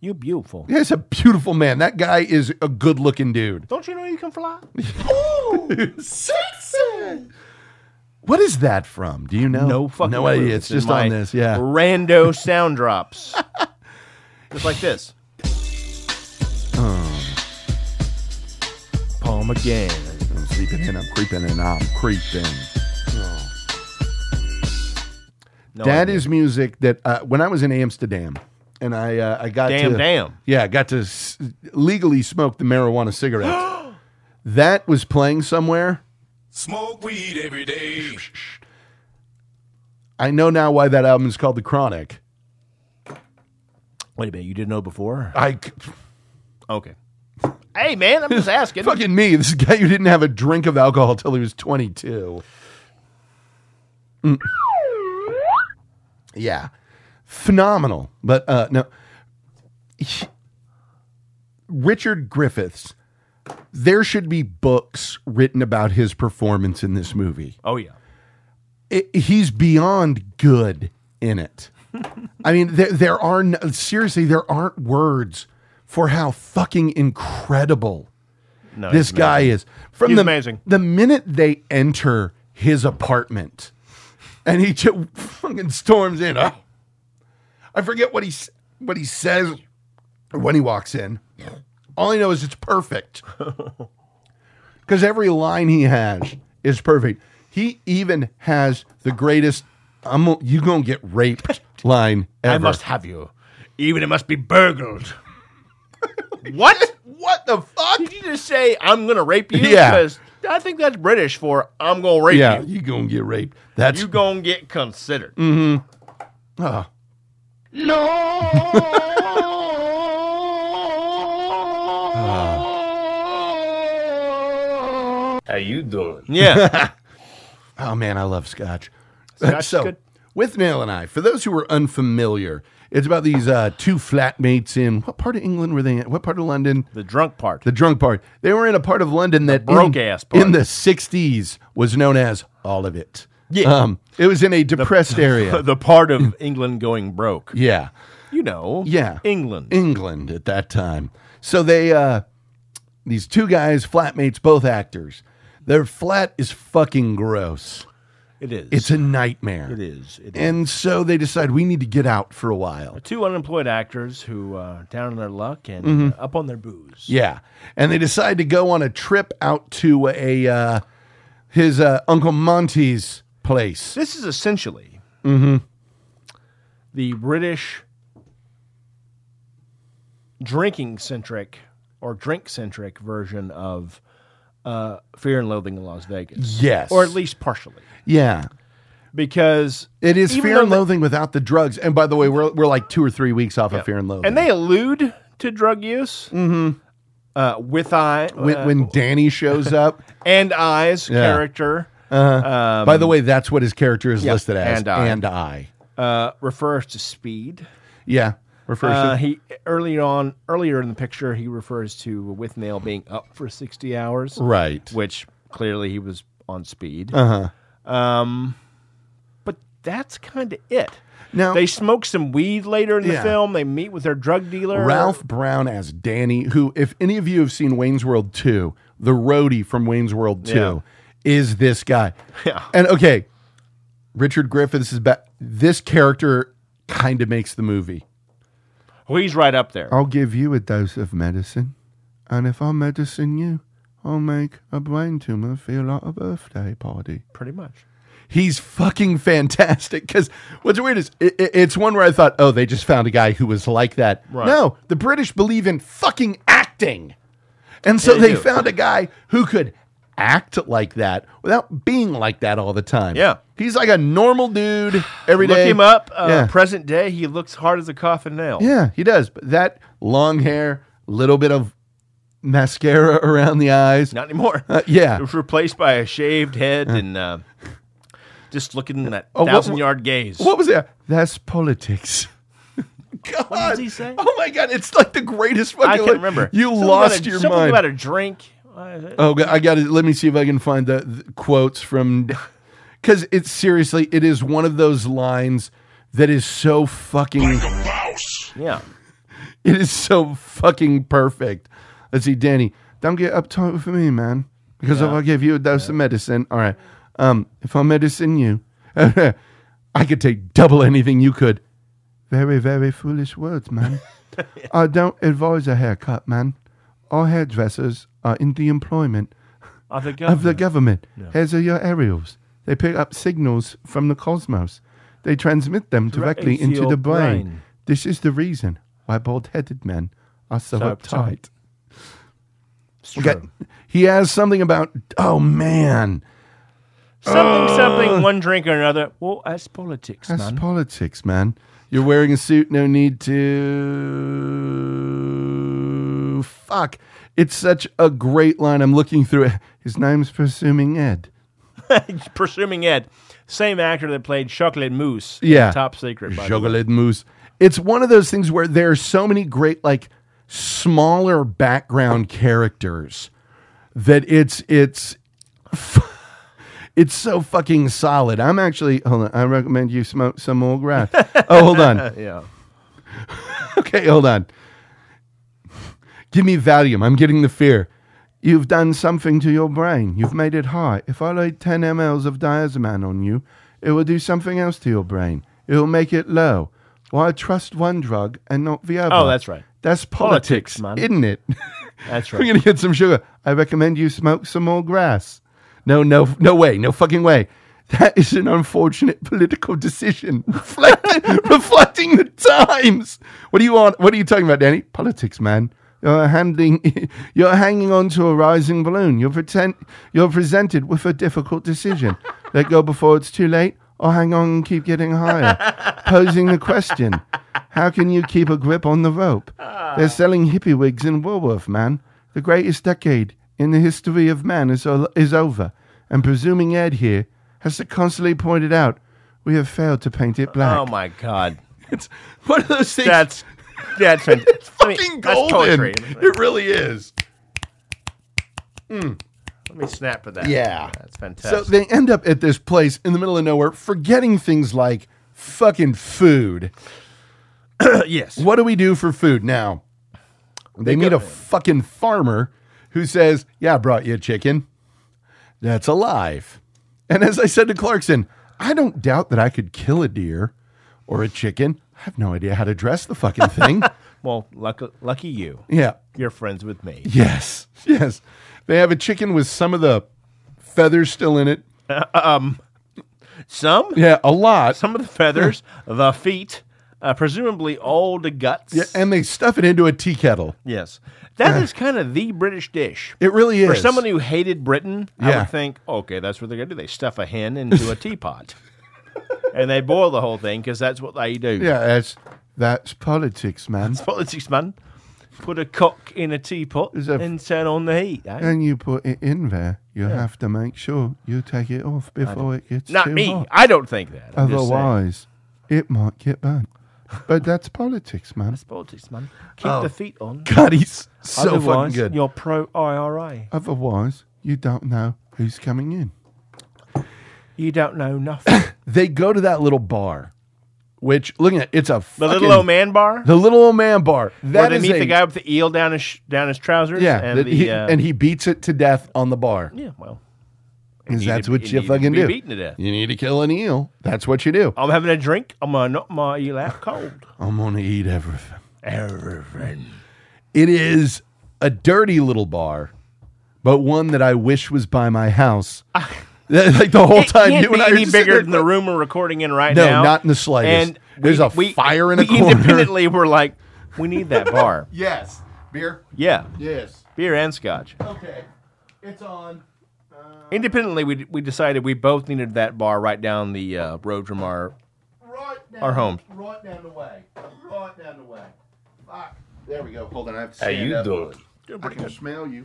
S4: You beautiful.
S1: Yeah, it's a beautiful man. That guy is a good looking dude.
S4: Don't you know you can fly?
S1: What is that from? Do you know?
S4: No fucking
S1: no
S4: clue.
S1: idea. It's,
S4: in
S1: just
S4: my
S1: on this. Yeah.
S4: Rando sound drops. just like this.
S1: Oh.
S4: Paul McGann.
S1: I'm sleeping in. I'm creeping in. I'm creeping.
S4: No
S1: That
S4: idea.
S1: is music that uh, when I was in Amsterdam, and I uh, I got
S4: Damn,
S1: to,
S4: damn.
S1: yeah I got to s- legally smoke the marijuana cigarette. that was playing somewhere.
S3: Smoke weed every day.
S1: I know now why that album is called The Chronic.
S4: Wait a minute, you didn't know before?
S1: I
S4: Okay. Hey man, I'm just asking.
S1: fucking me. This guy who didn't have a drink of alcohol till he was 22. Mm. Yeah. Phenomenal. But uh no. He- Richard Griffiths, there should be books written about his performance in this movie.
S4: Oh yeah.
S1: It- he's beyond good in it. I mean, there, there are no, seriously, there aren't words for how fucking incredible
S4: No,
S1: this
S4: he's
S1: guy
S4: amazing.
S1: is from
S4: He's
S1: the
S4: amazing.
S1: the minute they enter his apartment and he just fucking storms in Ah. i forget what he s- what he says when he walks in all i know is it's perfect because every line he has is perfect he even has the greatest i'm gon- you gonna get raped line ever
S4: I must have you. Even it must be burgled. what?
S1: What the fuck?
S4: Did you just say I'm gonna rape you?
S1: Yeah.
S4: Because I think that's British for I'm gonna rape
S1: Yeah,
S4: you.
S1: you gonna get raped. That's
S4: You gonna get considered.
S1: Mm-hmm. Uh. Uh.
S7: How you doing?
S4: Yeah.
S1: Oh man, I love scotch.
S4: Scotch is
S1: so,
S4: good.
S1: with Nail and I, for those who are unfamiliar, it's about these uh, two flatmates in what part of England were they in? What part of London?
S4: the drunk part.
S1: The drunk part. They were in a part of London that in-
S4: broke-ass part.
S1: in the '60s was known as all of it.
S4: Yeah.
S1: um, it was in a depressed area.
S4: the part of England going broke.
S1: yeah,
S4: You know.
S1: yeah,
S4: England.
S1: England at that time. So they, uh, these two guys, flatmates, both actors. Their flat is fucking gross.
S4: it is.
S1: It's a nightmare.
S4: it is. It is.
S1: And so they decide we need to get out for a while.
S4: Two unemployed actors who are down on their luck and
S1: Mm-hmm.
S4: uh, up on their booze.
S1: Yeah. And they decide to go on a trip out to a uh, his uh, Uncle Monty's place.
S4: This is essentially
S1: Mm-hmm.
S4: the British drinking centric or drink centric version of uh, Fear and Loathing in Las Vegas.
S1: Yes.
S4: Or at least partially.
S1: Yeah.
S4: Because
S1: It is
S4: even
S1: Fear and
S4: though they-
S1: Loathing without the drugs. And by the way, we're, we're like two or three weeks off of Fear and Loathing. Mm-hmm.
S4: And they allude to drug use uh, with I
S1: when, when Danny shows up,
S4: and I's
S1: Yeah.
S4: character
S1: by the way, that's what his character is
S4: Um, yeah,
S1: listed as.
S4: and I.
S1: And I.
S4: uh, refers to speed.
S1: Yeah. Refers
S4: Uh,
S1: to.
S4: he earlier on earlier in the picture he refers to with nail being up for sixty hours,
S1: Right.
S4: which clearly he was on speed. Uh
S1: Uh-huh.
S4: huh. Um, but that's kind of it.
S1: Now,
S4: They smoke some weed later in the
S1: Yeah.
S4: film. They meet with their drug dealer,
S1: Ralph Brown as Danny, who, if any of you have seen Wayne's World 2, the roadie from Wayne's World 2
S4: Yeah.
S1: is this guy.
S4: Yeah.
S1: And okay, Richard Griffiths is back. This character kind of makes the movie.
S4: Well, he's right up there.
S1: I'll give you a dose of medicine, and if I medicine you, I'll make a brain tumor feel like a birthday party.
S4: Pretty much.
S1: He's fucking fantastic. Because what's weird is it, it- it's one where I thought, oh, they just found a guy who was like that. No, the British believe in fucking acting, and so
S4: They
S1: they
S4: do.
S1: found a guy who could act like that without being like that all the time.
S4: Yeah.
S1: he's like a normal dude every day.
S4: Look him up. Uh,
S1: yeah.
S4: Present day, he looks hard as a coffin nail.
S1: yeah, he does. But that long hair, little bit of mascara around the eyes.
S4: Not anymore.
S1: Uh, yeah.
S4: It was replaced by a shaved head and uh, just looking in that
S1: Oh, what-
S4: thousand yard gaze.
S1: What was that? That's politics. God. What
S4: he say?
S1: Oh my God! It's like the greatest fucking.
S4: I can't
S1: like,
S4: remember.
S1: You
S4: Something
S1: lost
S4: about a,
S1: your
S4: something
S1: mind.
S4: about a drink. Uh,
S1: oh, God, I got to Let me see if I can find the, the quotes from. Because it's seriously, it is one of those lines that is so fucking.
S3: The boss.
S4: yeah.
S1: It is so fucking perfect. Let's see, Danny. Don't get uptight for me, man. Because if I give you a dose of medicine, all right. Um, if I medicine you, I could take double anything you could. Very, very foolish words, man. I don't advise a haircut, man. Our hairdressers are in the employment
S4: I think
S1: of the government. Here's your aerials. They pick up signals from the cosmos. They transmit them directly
S4: into
S1: into
S4: your
S1: the brain.
S4: brain.
S1: This is the reason why bald-headed men are so,
S4: So
S1: uptight.
S4: It's
S1: Okay.
S4: true.
S1: He has something about oh man,
S4: Something, something, one drink or another. Well, that's politics,
S1: Uh, that's
S4: man.
S1: politics, man. You're wearing a suit, no need to fuck. It's such a great line. I'm looking through it. His name's presuming Ed.
S4: Presuming Ed, same actor that played Chocolate Moose. in
S1: Yeah.
S4: Top Secret. By the way.
S1: Chocolate mousse. It's one of those things where there are so many great, like, smaller background characters that it's it's it's so fucking solid. I'm actually hold on. I recommend you smoke some more grass. oh, hold on.
S4: Yeah.
S1: Okay, hold on. Give me Valium. I'm getting the fear. You've done something to your brain. You've made it high. If I laid 10 mLs of diazepam on you, it will do something else to your brain. It will make it low. Why trust one drug and not the other?
S4: Oh, that's right.
S1: That's politics,
S4: Politics, man.
S1: isn't it?
S4: That's
S1: We're
S4: right.
S1: gonna get some sugar. I recommend you smoke some more grass. No, no, no way, no fucking way. That is an unfortunate political decision, reflecting, reflecting the times. What do you want? What are you talking about, Danny? Politics, man. You're handing, you're hanging on to a rising balloon. You're pretend, you're presented with a difficult decision. Let go before it's too late, or hang on and keep getting higher. Posing the question, how can you keep a grip on the rope? They're selling hippie wigs in Woolworth, man. The greatest decade in the history of man is o- is over, and presuming Ed here has to constantly point it out. We have failed to paint it black.
S4: Oh my god,
S1: It's one of those things.
S4: that's that's
S1: it's
S4: I mean,
S1: fucking
S4: that's
S1: golden.
S4: poetry.
S1: It really is.
S4: Let me snap for that.
S1: Yeah.
S4: that's
S1: So
S4: fantastic.
S1: they end up at this place in the middle of nowhere, forgetting things like fucking food.
S4: Uh, yes,
S1: What do we do for food now? They meet a fucking farmer who says, "Yeah, I brought you a chicken." That's alive. And as I said to Clarkson, I don't doubt that I could kill a deer or a chicken. I have no idea how to dress the fucking thing.
S4: well, lucky, lucky you.
S1: yeah.
S4: You're friends with me.
S1: Yes. Yes. They have a chicken with some of the feathers still in it.
S4: Some,
S1: Yeah, a lot.
S4: some of the feathers, the feet, uh, presumably all the guts.
S1: Yeah, and they stuff it into a tea kettle.
S4: yes, that is kind of the British dish.
S1: It really is.
S4: For someone who hated Britain, I
S1: Yeah.
S4: would think, okay, that's what they're going to do. They stuff a hen into a teapot. and they boil the whole thing because that's what they do.
S1: yeah, that's that's politics, man.
S4: Politics, man. Put a cock in a teapot
S1: Is that-
S4: and turn on the heat. eh?
S1: And you put it in there, you have to make sure you take it off before it gets
S4: Not
S1: too
S4: me.
S1: hot.
S4: I don't think that. I'm just saying.
S1: Otherwise, it might get burnt. But that's politics, man.
S4: That's politics, man. Keep the feet on.
S1: God, he's Oh. so
S4: Otherwise,
S1: fucking good.
S4: you're pro IRA.
S1: Otherwise, you don't know who's coming in.
S4: You don't know nothing.
S1: They go to that little bar, which looking at it's a
S4: the
S1: fucking,
S4: little old man bar.
S1: the little old man bar.
S4: where
S1: That
S4: they
S1: is
S4: meet
S1: a-
S4: the guy with the eel down his sh- down his trousers.
S1: Yeah,
S4: and
S1: that
S4: the
S1: he,
S4: uh,
S1: and he beats it to death on the bar.
S4: yeah, well,
S1: Because
S4: needed-
S1: that's what
S4: it
S1: you
S4: needed to
S1: fucking
S4: be
S1: do.
S4: beaten to death.
S1: You need to kill an eel. That's what you do.
S4: I'm having a drink. I'm gonna knock my eel out cold.
S1: I'm gonna eat everything.
S4: Everything.
S1: It is a dirty little bar, but one that I wish was by my house. like the whole
S4: Ah. It
S1: time
S4: can't
S1: you and
S4: be
S1: I are
S4: any
S1: just sitting
S4: bigger
S1: there
S4: than the room we're recording in right
S1: No,
S4: now.
S1: not in the slightest.
S4: And
S1: There's
S4: we-
S1: a
S4: we-
S1: fire in a
S4: we
S1: corner.
S4: Independently, we're like, we need that bar.
S1: going, Yes. Beer?
S4: yeah,
S1: Yes.
S4: beer and scotch.
S1: Okay. It's on.
S4: Independently, we we decided we both needed that bar right down the uh, road from our.
S1: Right down,
S4: Our home.
S1: Right down the way. Right down the way. Fuck. There we go. Hold on. I have to
S5: How you doing?
S1: I can smell you.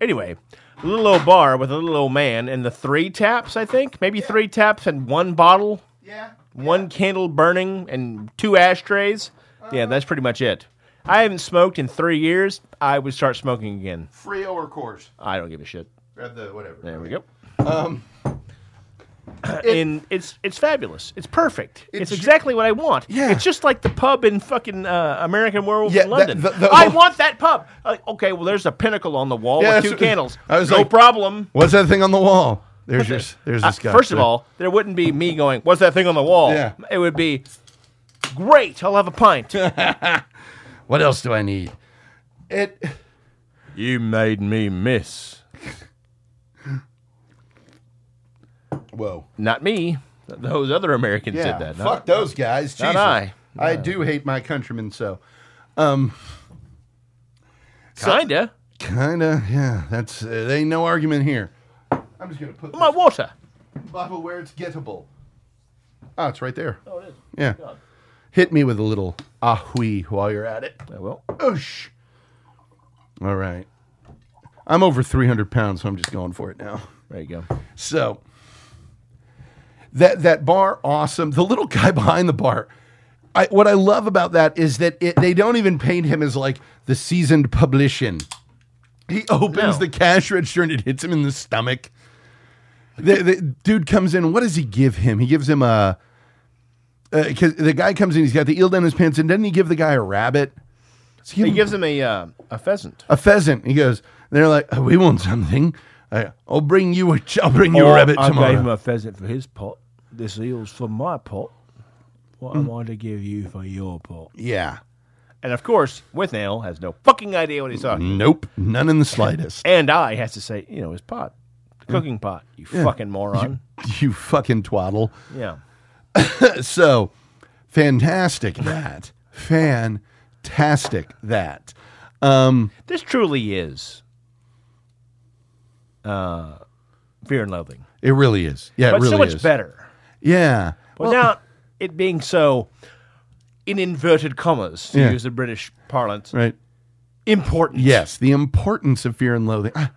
S4: Anyway, a little old bar with a little old man and the three taps. I think maybe three taps and one bottle.
S1: Yeah.
S4: one candle burning and two ashtrays.
S1: Uh-huh.
S4: Yeah, that's pretty much it. I haven't smoked in three years. I would start smoking again.
S1: Frio or Coors?
S4: I don't give a shit.
S1: Grab the whatever.
S4: There we go. Um, and it's it's fabulous. It's perfect. It's,
S1: ju-
S4: exactly what I want.
S1: Yeah.
S4: It's just like the pub in fucking uh, American Werewolf
S1: Yeah,
S4: in
S1: that-
S4: London.
S1: the- the-
S4: I want that pub. Like, okay, well, there's a pinnacle on the wall
S1: Yeah,
S4: with
S1: that's
S4: two
S1: what-
S4: candles.
S1: I was
S4: no
S1: like-
S4: problem.
S1: What's that thing on the wall? There's your, there's
S4: Uh,
S1: this guy.
S4: first of all, there wouldn't be me going, "What's that thing on the wall?"
S1: Yeah.
S4: It would be great. I'll have a pint.
S1: what else do I need? It.
S4: You made me miss.
S1: Whoa.
S4: Not me. Th- Those other Americans
S1: Yeah.
S4: did that.
S1: fuck
S4: not-
S1: those guys.
S4: not
S1: Jesus.
S4: I.
S1: I do hate my countrymen. So
S4: Kinda.
S1: kind of. Yeah. That's. Uh, they no argument here. I'm just gonna put
S4: My
S1: my
S4: water.
S1: bottle where it's gettable. Oh, it's right there.
S4: Oh, it is.
S1: Yeah. Hit me with a little ahui while you're at it.
S4: I will.
S1: Oosh. All right. I'm over 300 pounds, so I'm just going for it now.
S4: There you go.
S1: So that that bar, awesome. The little guy behind the bar. I, what I love about that is that it, they don't even paint him as like the seasoned publician. He opens
S4: No.
S1: the cash register and it hits him in the stomach. The, the dude comes in. What does he give him? He gives him a. Because the guy comes in, he's got the eel down his pants, and doesn't he give the guy a rabbit? So
S4: He gives him a uh, a pheasant.
S1: a pheasant. He goes, they're like, oh, we want something. I- I'll bring you a, ch- I'll bring you a rabbit tomorrow.
S4: a pheasant for his pot. This eel's for my pot.
S1: Hmm.
S4: What am I to give you for your pot?
S1: yeah.
S4: And of course, with ale has no fucking idea what he's talking.
S1: Nope. None in the slightest.
S4: And I has to say, you know, his pot, the cooking pot. You fucking moron.
S1: you fucking twaddle.
S4: yeah.
S1: So fantastic that. Fan fantastic. That. Um,
S4: This truly is uh, fear and loathing,
S1: it really is. Yeah,
S4: but
S1: it really
S4: so much
S1: is.
S4: better
S1: Yeah.
S4: without it being so, in inverted commas, to
S1: Yeah.
S4: use the British parlance,
S1: Right.
S4: important.
S1: Yes, the importance of fear and loathing. Ah,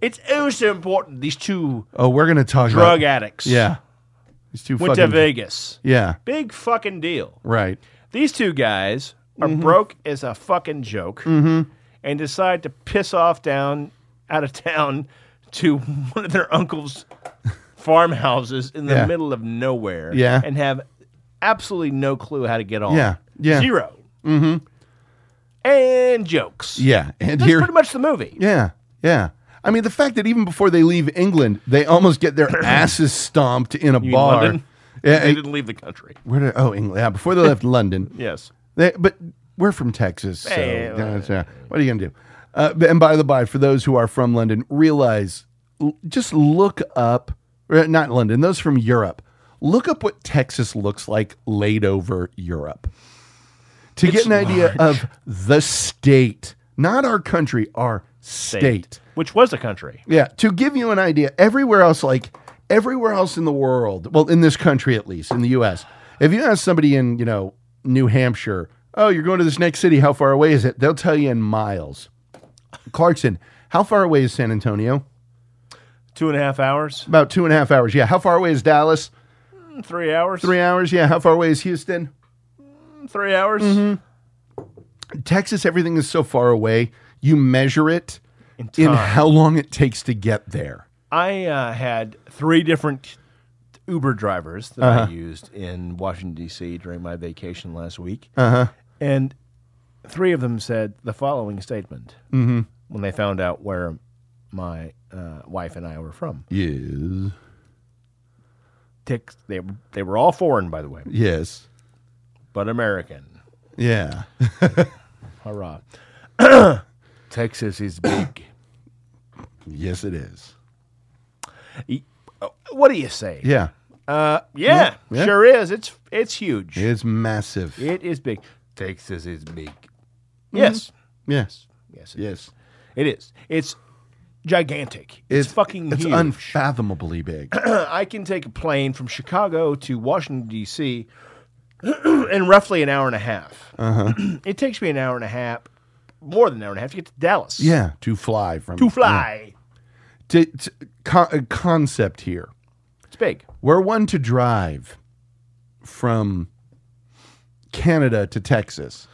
S4: it's oh so important. These two
S1: Oh, we're gonna talk
S4: drug
S1: about
S4: addicts,
S1: Yeah. These two
S4: went to
S1: fucking
S4: Vegas.
S1: Yeah.
S4: Big fucking deal.
S1: Right.
S4: These two guys are
S1: Mm-hmm.
S4: broke as a fucking joke and decide to piss off down out of town to one of their uncle's farmhouses in the
S1: Yeah.
S4: middle of nowhere
S1: Yeah.
S4: and have absolutely no clue how to get on.
S1: Yeah. Yeah.
S4: 0 Mm-hmm. And jokes.
S1: Yeah. And
S4: That's
S1: here
S4: pretty much the movie.
S1: Yeah, yeah. I mean, the fact that even before they leave England, they almost get their asses stomped in a
S4: You mean
S1: bar.
S4: London?
S1: Yeah,
S4: They
S1: and-
S4: didn't leave the country.
S1: where did, oh, England. Yeah, before they left London.
S4: Yes.
S1: They, but we're from Texas, so
S4: Yeah, yeah,
S1: that's, uh, what are you gonna do? Uh, but- and by the by, for those who are from London, realize l- just look up, or not London. Those from Europe, look up what Texas looks like laid over Europe to get an idea of the state, not our country, our state.
S4: Which was a country.
S1: Yeah, to give you an idea, everywhere else, like everywhere else in the world, well, in this country at least, in the U.S., if you ask somebody in, you know, New Hampshire, oh, you're going to this next city, how far away is it? They'll tell you in miles. Clarkson, how far away is San Antonio?
S4: Two and a half hours.
S1: About two and a half hours. Yeah. How far away is Dallas?
S4: Three hours.
S1: Three hours. Yeah. How far away is Houston?
S4: Three hours.
S1: Mm-hmm. Texas, everything is so far away. You measure it
S4: In time.
S1: in how long it takes to get there.
S4: I uh, had three different Uber drivers that I used in Washington D.C. during my vacation last week, uh-huh. and three of them said the following statement when they found out where my uh, wife and I were from.
S1: Yes.
S4: Tex- they they were all foreign, by the way,
S1: Yes.
S4: but American.
S1: Yeah.
S4: Hurrah! Texas is big.
S1: yes, it is.
S4: what do you say?
S1: Yeah.
S4: Uh, yeah,
S1: yeah.
S4: sure is. It's it's huge.
S1: It's massive.
S4: It is big. Texas is big. Yes.
S1: Yes.
S4: Mm-hmm. Yes. it
S1: Yes.
S4: It is. It's gigantic. It's, fucking
S1: It's
S4: huge.
S1: unfathomably big.
S4: I can take a plane from Chicago to Washington D.C. in roughly an hour and a half.
S1: Uh-huh.
S4: it takes me an hour and a half, more than an hour and a half, to get to Dallas.
S1: yeah. To fly from
S4: to fly.
S1: To, to con- uh, concept here.
S4: It's big.
S1: We're one to drive from Canada to Texas.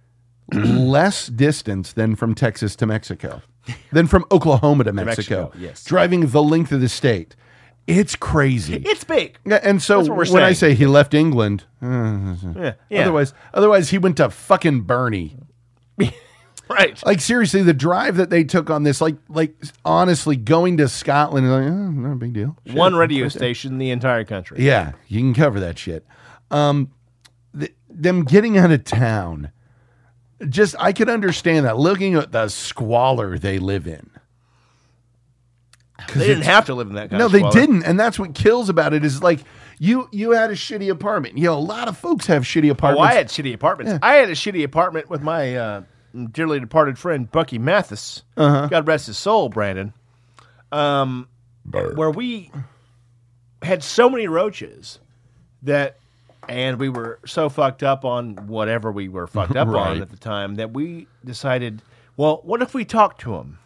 S1: Less distance than from Texas to Mexico, than from Oklahoma to Mexico.
S4: Mexico, yes.
S1: Driving the length of the state. It's crazy.
S4: It's big.
S1: Yeah, and so
S4: That's what
S1: when
S4: we're
S1: I say
S4: saying.
S1: he left England,
S4: Yeah. yeah.
S1: otherwise, otherwise he went to fucking Bernie.
S4: right.
S1: Like seriously, the drive that they took on this, like, like honestly, going to Scotland is like, oh, not a big deal. Shit.
S4: One radio station, in the entire country.
S1: yeah, you can cover that shit. Um, th- them getting out of town, just I could understand that. Looking at the squalor they live in,
S4: They didn't have to live in that country.
S1: no, they didn't, and that's what kills about it. Is like you you had a shitty apartment. You know, a lot of folks have shitty
S4: Oh,
S1: apartments.
S4: I had shitty apartments. I had a shitty apartment with my uh, dearly departed friend Bucky Mathis. God rest his soul, Brandon. Um, where we had so many roaches that, and we were so fucked up on whatever we were fucked up on
S1: Right.
S4: at the time that we decided, well, what if we talk to him?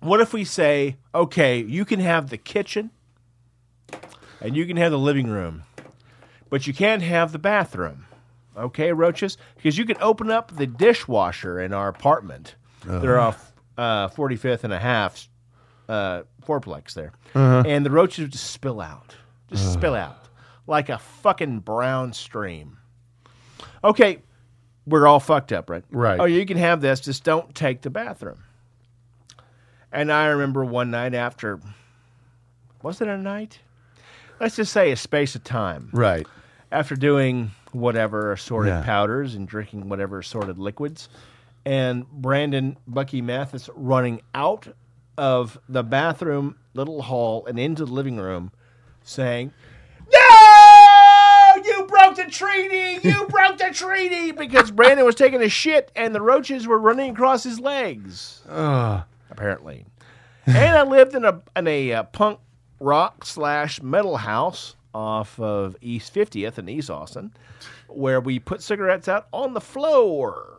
S4: what if we say, okay, you can have the kitchen and you can have the living room, but you can't have the bathroom. Okay, roaches? Because you can open up the dishwasher in our apartment. They're off uh, 45th and a half, uh, fourplex there. And the roaches would just spill out. Just spill out like a fucking brown stream. Okay, we're all fucked up, right?
S1: Right.
S4: Oh, you can have this, just don't take the bathroom. And I remember one night after, was it a night? Let's just say a space of time
S1: right.
S4: after doing whatever assorted
S1: Yeah.
S4: powders and drinking whatever assorted liquids, and Brandon Bucky Mathis running out of the bathroom little hall and into the living room saying, No! You broke broke the treaty. You broke the treaty because Brandon was taking a shit and the roaches were running across his legs. Apparently. And I lived in a in a uh, punk rock slash metal house off of East 50th in East Austin, where we put cigarettes out on the floor.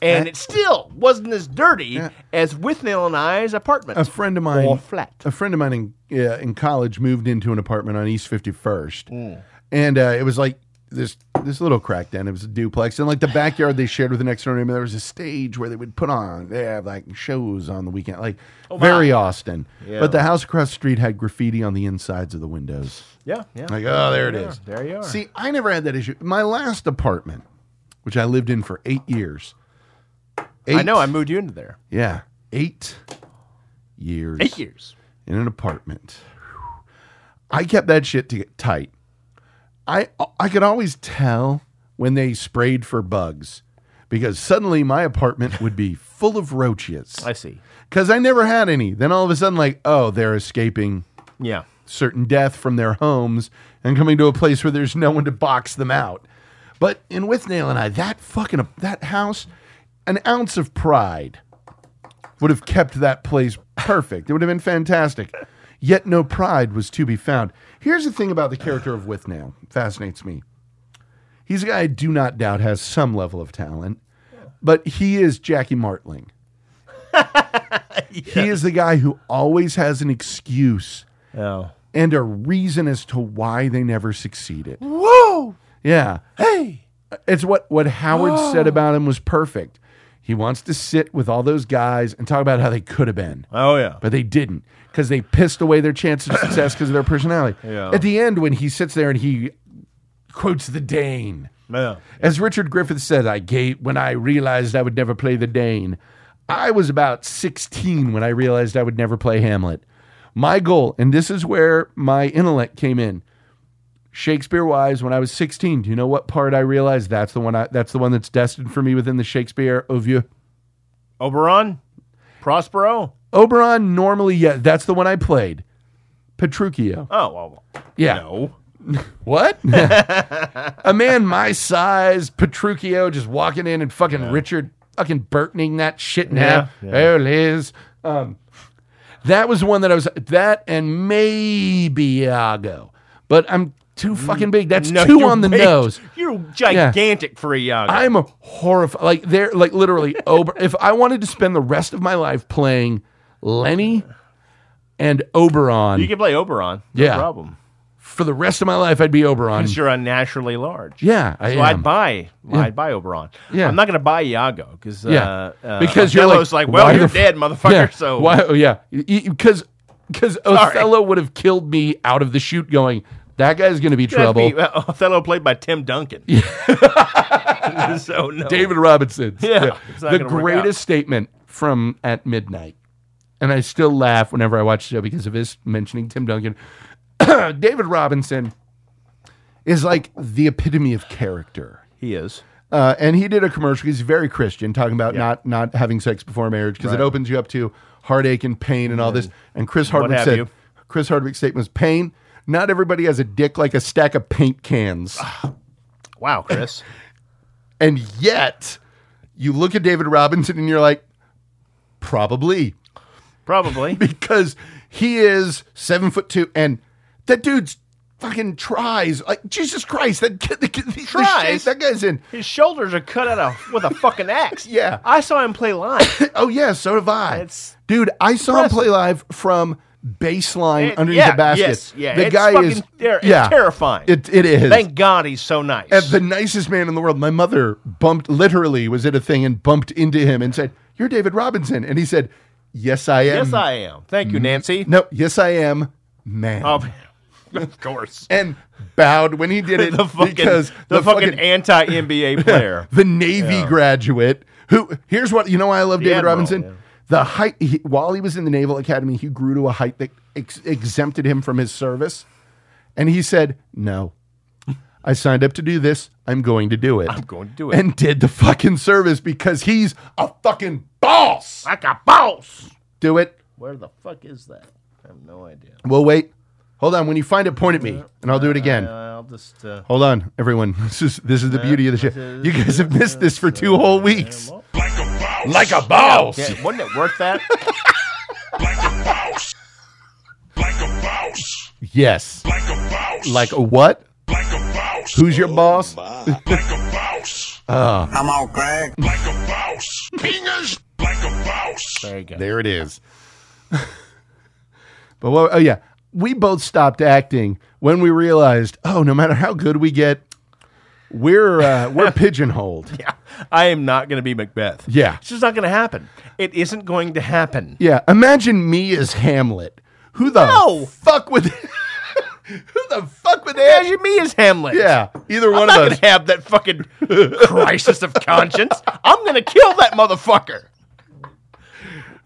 S4: And it still wasn't as dirty as Withnail and I's apartment.
S1: a friend of mine
S4: Or flat.
S1: a friend of mine in, yeah, in college moved into an apartment on east 51st
S4: Mm.
S1: and uh, it was like this this little crackdown it was a duplex and like the backyard they shared with the next door neighbor there was a stage where they would put on they have like shows on the weekend like
S4: Oh,
S1: very austin but the house across the street had graffiti on the insides of the windows
S4: yeah, yeah.
S1: like oh there it
S4: There you
S1: is
S4: are. There you are.
S1: see i never had that issue my last apartment which i lived in for eight years
S4: I know.
S1: Eight-
S4: I moved you into there.
S1: yeah eight years
S4: Eight years.
S1: in an apartment. Whew. I kept that shit to get tight. I I could always tell when they sprayed for bugs because suddenly my apartment would be full of roaches
S4: I see.
S1: because I never had any. Then all of a sudden, like, oh, they're escaping
S4: Yeah.
S1: certain death from their homes and coming to a place where there's no one to box them out. But in Withnail and I, that fucking that house, an ounce of pride would have kept that place perfect. It would have been fantastic. Yet no pride was to be found. Here's the thing about the character of Withnail fascinates me. He's a guy I do not doubt has some level of talent, but he is Jackie Martling. He is the guy who always has an excuse
S4: Oh.
S1: and a reason as to why they never succeeded. Whoa! Yeah.
S4: Hey.
S1: It's what, what Howard said about him was perfect. He wants to sit with all those guys and talk about how they could have been,
S4: Oh yeah.
S1: but they didn't because they pissed away their chance of success because of their personality.
S4: Yeah.
S1: At the end, when he sits there and he quotes the Dane,
S4: Yeah.
S1: as Richard Griffith said, I gave when I realized I would never play the Dane. I was about 16 when I realized I would never play Hamlet. My goal, and this is where my intellect came in. Shakespeare wise, when I was 16, do you know what part I realized? That's the one I, that's the one that's destined for me within the Shakespeare Ovieux.
S4: Oberon. Prospero.
S1: Oberon normally, yeah, that's the one I played. Petruchio.
S4: Oh well.
S1: Yeah.
S4: No.
S1: What? a man my size, Petruchio, just walking in and fucking Richard fucking Burtoning that shit in half.
S4: Yeah.
S1: There it is. Um, that was one that I was that and maybe Iago, but I'm too fucking big. That's
S4: Mm, No,
S1: two
S4: you're
S1: on the
S4: big.
S1: nose.
S4: You're gigantic for a young.
S1: I'm horrified. Like they're like literally Ober. if I wanted to spend the rest of my life playing Lenny and Oberon
S4: you can play Oberon. No
S1: Yeah.
S4: problem.
S1: for the rest of my life, I'd be Oberon.
S4: Because you're unnaturally large.
S1: Yeah, I
S4: So
S1: am.
S4: I'd buy, I'd buy Oberon.
S1: Yeah.
S4: I'm not going to buy Iago because
S1: Yeah.
S4: uh, uh,
S1: Because you're
S4: Othello's
S1: like,
S4: like, well,
S1: why
S4: you're
S1: the f-
S4: dead, motherfucker.
S1: yeah.
S4: So
S1: why? oh, Yeah, because because Othello would have killed me out of the chute. Going, that guy's going to be
S4: That'd
S1: trouble.
S4: be, uh, Othello played by Tim Duncan. so no.
S1: David Robinson.
S4: Yeah, it's not
S1: the
S4: gonna work
S1: greatest statement from at midnight, and I still laugh whenever I watch the show because of his mentioning Tim Duncan. David Robinson is like the epitome of character.
S4: he is.
S1: Uh, and he did a commercial. He's very Christian, talking about not not having sex before marriage because it opens you up to heartache and pain and all this. And Chris Hardwick
S4: have
S1: said,
S4: you.
S1: Chris Hardwick's statement was pain. Not everybody has a dick like a stack of paint cans,
S4: Ah. Wow, Chris.
S1: and yet you look at David Robinson and you're like, probably
S4: Probably.
S1: because he is seven foot two, and that dude's fucking tries like Jesus Christ. That kid, the, kid- the, the shape
S4: Tries?
S1: that guy's in.
S4: His shoulders are cut out of, with a fucking axe.
S1: Yeah.
S4: I saw him play line.
S1: Oh yeah, so have I.
S4: It's
S1: Dude, I saw
S4: impressive.
S1: him play live from baseline
S4: It-
S1: underneath
S4: yeah,
S1: the basket.
S4: yes, yeah.
S1: the
S4: It's
S1: guy
S4: fucking
S1: is
S4: ter- it's terrifying.
S1: It it is.
S4: Thank God he's so nice.
S1: And the nicest man in the world. My mother bumped literally was at a thing and bumped into him and said, "You're David Robinson," and he said, "Yes, I am."
S4: yes, I am. Thank you, Nancy.
S1: Mm-hmm. No, yes, I am, man.
S4: Oh, of course.
S1: and bowed when he did it
S4: the fucking,
S1: because
S4: the, fucking, anti NBA player.
S1: the Navy graduate who here's what you know why I love David
S4: admiral,
S1: Robinson
S4: yeah.
S1: the height he, while he was in the Naval Academy he grew to a height that ex- exempted him from his service and he said no I signed up to do this I'm going to do it I'm
S4: going to do it.
S1: and did the fucking service because he's a fucking boss
S4: like a boss.
S1: do it
S4: Where the fuck is that? I have no idea.
S1: we'll wait hold on when you find it point at me and I'll do it again
S4: I'll I'll just. Uh,
S1: Hold on, everyone. This is this is the beauty of the show. You guys have missed this for two whole weeks.
S3: Like a boss.
S1: Like a boss.
S4: yeah, wasn't it worth that?
S3: Like a boss. Like a boss.
S1: Yes.
S3: Like a boss.
S1: Like a what?
S3: Like a boss. Oh
S1: Who's your boss?
S3: Like a boss.
S6: I'm all Greg.
S3: Like a boss. Fingers. Like a boss.
S4: There you go.
S1: There it is. but what, oh yeah, we both stopped acting when we realized, oh, no matter how good we get, we're uh, we're pigeonholed.
S4: Yeah, I am not going to be Macbeth.
S1: Yeah.
S4: it's just not going to happen. It isn't going to happen.
S1: Yeah, imagine me as Hamlet. Who the
S4: No!
S1: fuck would? Who the fuck would that?
S4: Imagine me as Hamlet.
S1: Yeah, either
S4: I'm
S1: one
S4: not
S1: of
S4: going
S1: us.
S4: to have that fucking crisis of conscience. I'm going to kill that motherfucker.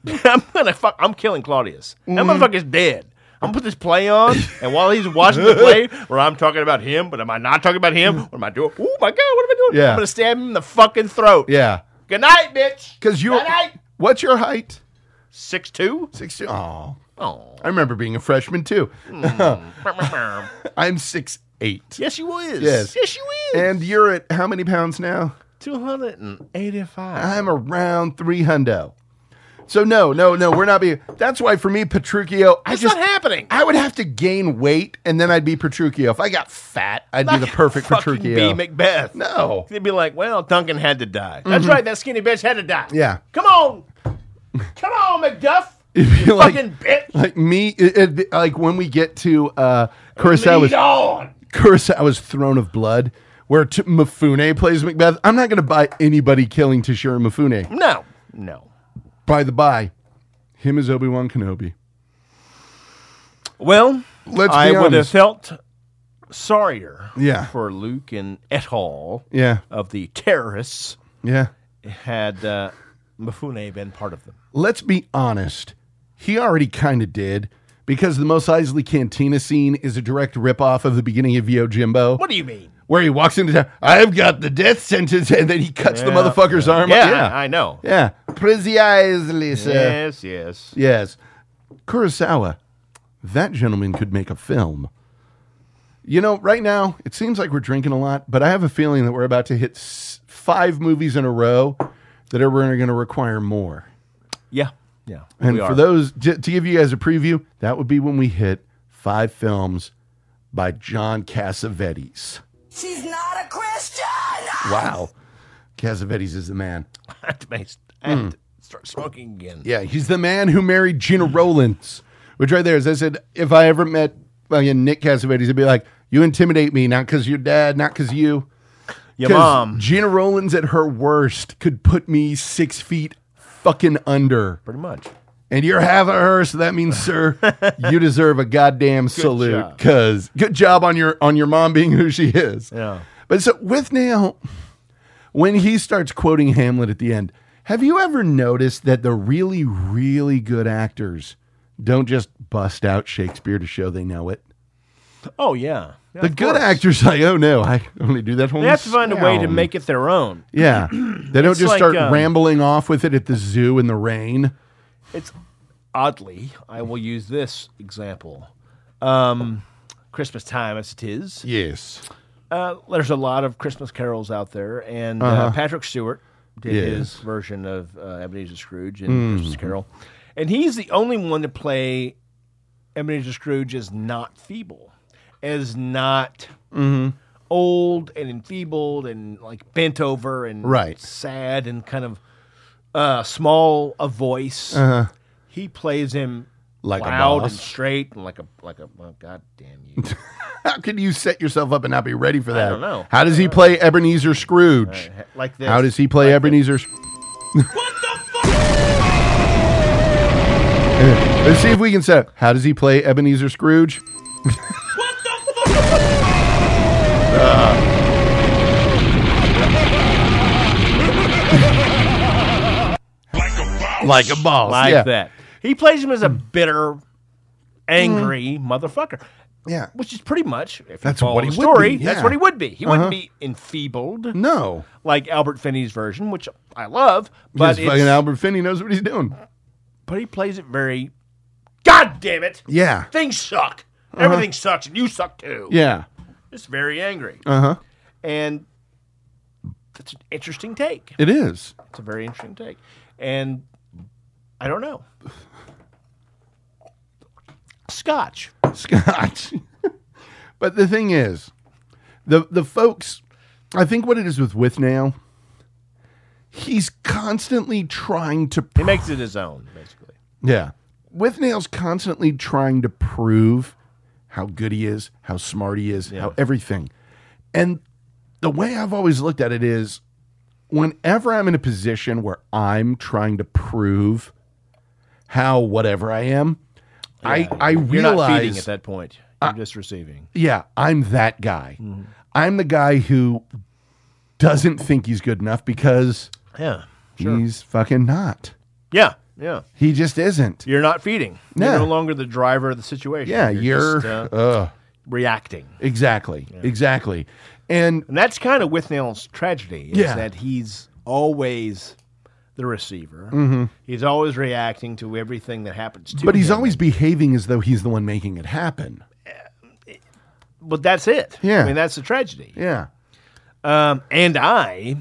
S4: I'm going to fuck. I'm killing Claudius.
S1: Mm.
S4: That motherfucker's dead. I'm gonna put this play on, and while he's watching the play, where I'm talking about him, but am I not talking about him? What am I doing? Oh my god, what am I doing?
S1: Yeah.
S4: I'm gonna stab him in the fucking throat.
S1: yeah,
S4: Good night, bitch.
S1: because you're.
S4: Good night.
S1: What's your height?
S4: Six two.
S1: Six two. Oh,
S4: Oh.
S1: I remember being a freshman too. I'm six eight.
S4: yes, you is.
S1: Yes.
S4: Yes, you is.
S1: And you're at how many pounds now?
S4: two hundred and eighty-five.
S1: I'm around three hundo. So no, no, no, we're not being. That's why for me, Petruchio, I
S4: It's
S1: just
S4: not happening.
S1: I would have to gain weight, and then I'd be Petruchio. If I got fat, I'd be the perfect
S4: fucking
S1: Petruchio.
S4: Be Macbeth.
S1: no, Mm-hmm.
S4: They'd be like, "Well, Duncan had to die." That's right. That skinny bitch had to die.
S1: Yeah.
S4: Come on, come on, Macduff.
S1: It'd be
S4: you
S1: like-
S4: fucking bitch.
S1: like me, it, it'd be- like when we get to uh,
S4: Lead
S1: Kurosawa's
S4: on.
S1: Kurosawa's Throne of Blood, where T- Mifune plays Macbeth. I'm not going to buy anybody killing Toshiro Mifune.
S4: No, no.
S1: By the by, him is Obi Wan Kenobi.
S4: Well,
S1: Let's
S4: I
S1: be
S4: would have
S1: honest.
S4: felt sorrier.
S1: Yeah.
S4: For Luke and et al.
S1: Yeah,
S4: Of the terrorists
S1: yeah.
S4: had uh, Mifune been part of them.
S1: let's be honest, he already kind of did because the Mos Eisley Cantina scene is a direct ripoff of the beginning of Yo Jimbo,
S4: What do you mean?
S1: where he walks into town, I've got the death sentence, and then he cuts the
S4: Yeah.
S1: motherfucker's arm.
S4: Yeah,
S1: off.
S4: I, I know.
S1: yeah. uh, Prissy Eisley, sir.
S4: Yes, yes.
S1: Yes. Kurosawa, that gentleman could make a film. You know, right now, it seems like we're drinking a lot, but I have a feeling that we're about to hit s- five movies in a row that are going to require more.
S4: Yeah, yeah.
S1: And
S4: we
S1: for
S4: are.
S1: those, j- to give you guys a preview, that would be when we hit five films by John Cassavetes.
S7: She's not a Christian!
S1: Wow. Cassavetes is the man.
S4: I have to make- I have to start smoking again.
S1: Yeah, he's the man who married Gina Rowlands, which right there is, I said, if I ever met again, Nick Cassavetes, it'd be like, you intimidate me, not because you're dad, not because you.
S4: Your
S1: 'Cause
S4: mom,
S1: Gina Rowlands at her worst could put me six feet fucking under.
S4: pretty much.
S1: and you're half of her, so that means, sir, you deserve a goddamn salute.
S4: job.
S1: Because good job on your on your mom being who she is.
S4: Yeah.
S1: But so with now, when he starts quoting Hamlet at the end, have you ever noticed that the really really good actors don't just bust out Shakespeare to show they know it?
S4: Oh yeah, Yeah,
S1: the
S4: of
S1: good
S4: course.
S1: actors like, oh no, I only do that one.
S4: They have to find a way to
S1: sound."
S4: make it their own.
S1: Yeah, they don't
S4: It's
S1: just
S4: like,
S1: start
S4: um,
S1: rambling off with it at the zoo in the rain.
S4: It's oddly, I will use this example. Um, Christmas time, as it is,
S1: Yes.
S4: uh, there's a lot of Christmas carols out there, and uh Patrick Stewart did his
S1: Uh-huh. Yes. Mm-hmm.
S4: version of uh, Ebenezer Scrooge in Christmas Carol, and he's the only one to play Ebenezer Scrooge as not feeble, as not
S1: Mm-hmm.
S4: old and enfeebled and like bent over and
S1: Right.
S4: sad and kind of uh, small a voice. He plays him
S1: Uh-huh. Like a
S4: loud
S1: boss.
S4: and straight and like a like a well, god damn you.
S1: How can you set yourself up and not be ready for that?
S4: don't know.
S1: How does he play Ebenezer Scrooge?
S4: like this.
S1: How does he play Ebenezer? Sc- Let's see if we can set. How does he play Ebenezer Scrooge?
S3: Like a boss.
S1: Like a boss,
S4: like
S1: yeah. Hmm.
S4: that. He plays him as a bitter, angry motherfucker.
S1: Yeah.
S4: Which is pretty much if
S1: Hmm. That's
S4: that's you
S1: what
S4: what
S1: he
S4: the
S1: would
S4: story.
S1: be, yeah. Uh-huh.
S4: That's what he would be. He wouldn't be enfeebled
S1: No,
S4: like Albert Finney's version, which I love.
S1: but
S4: But
S1: fucking
S4: it's-
S1: Albert Finney knows what he's doing.
S4: but he plays it very. God damn it!
S1: Yeah, Uh-huh.
S4: Things suck. Everything sucks, and you suck too.
S1: yeah. Uh-huh.
S4: just very angry. Uh huh. And that's an interesting take.
S1: It is.
S4: It's a very interesting take. And I don't know. Scotch.
S1: Scotch. but the thing is, the the folks, I think what it is with with now, he's constantly trying to
S4: He makes it his own, basically.
S1: Yeah. With Nail's constantly trying to prove how good he is, how smart he is, how everything. And the way I've always looked at it is whenever I'm in a position where I'm trying to prove how whatever I am, I, I
S4: You're not feeding
S1: realize
S4: at that point. You're just receiving.
S1: yeah, I'm that guy.
S4: Mm-hmm.
S1: I'm the guy who doesn't think he's good enough because
S4: Yeah.
S1: he's fucking not.
S4: Yeah. Yeah.
S1: He just isn't.
S4: You're not feeding.
S1: Yeah.
S4: You're no longer the driver of the situation.
S1: Yeah, you're,
S4: just, uh,
S1: ugh.
S4: reacting.
S1: Exactly. Exactly. And
S4: And that's kind of Withnail's tragedy is
S1: Yeah.
S4: that he's always the receiver. He's always reacting to everything that happens to him.
S1: Mm-hmm. but he's always behaving as though he's the one making it happen.
S4: But that's it.
S1: Yeah.
S4: I mean, that's the tragedy.
S1: Yeah.
S4: Um, and I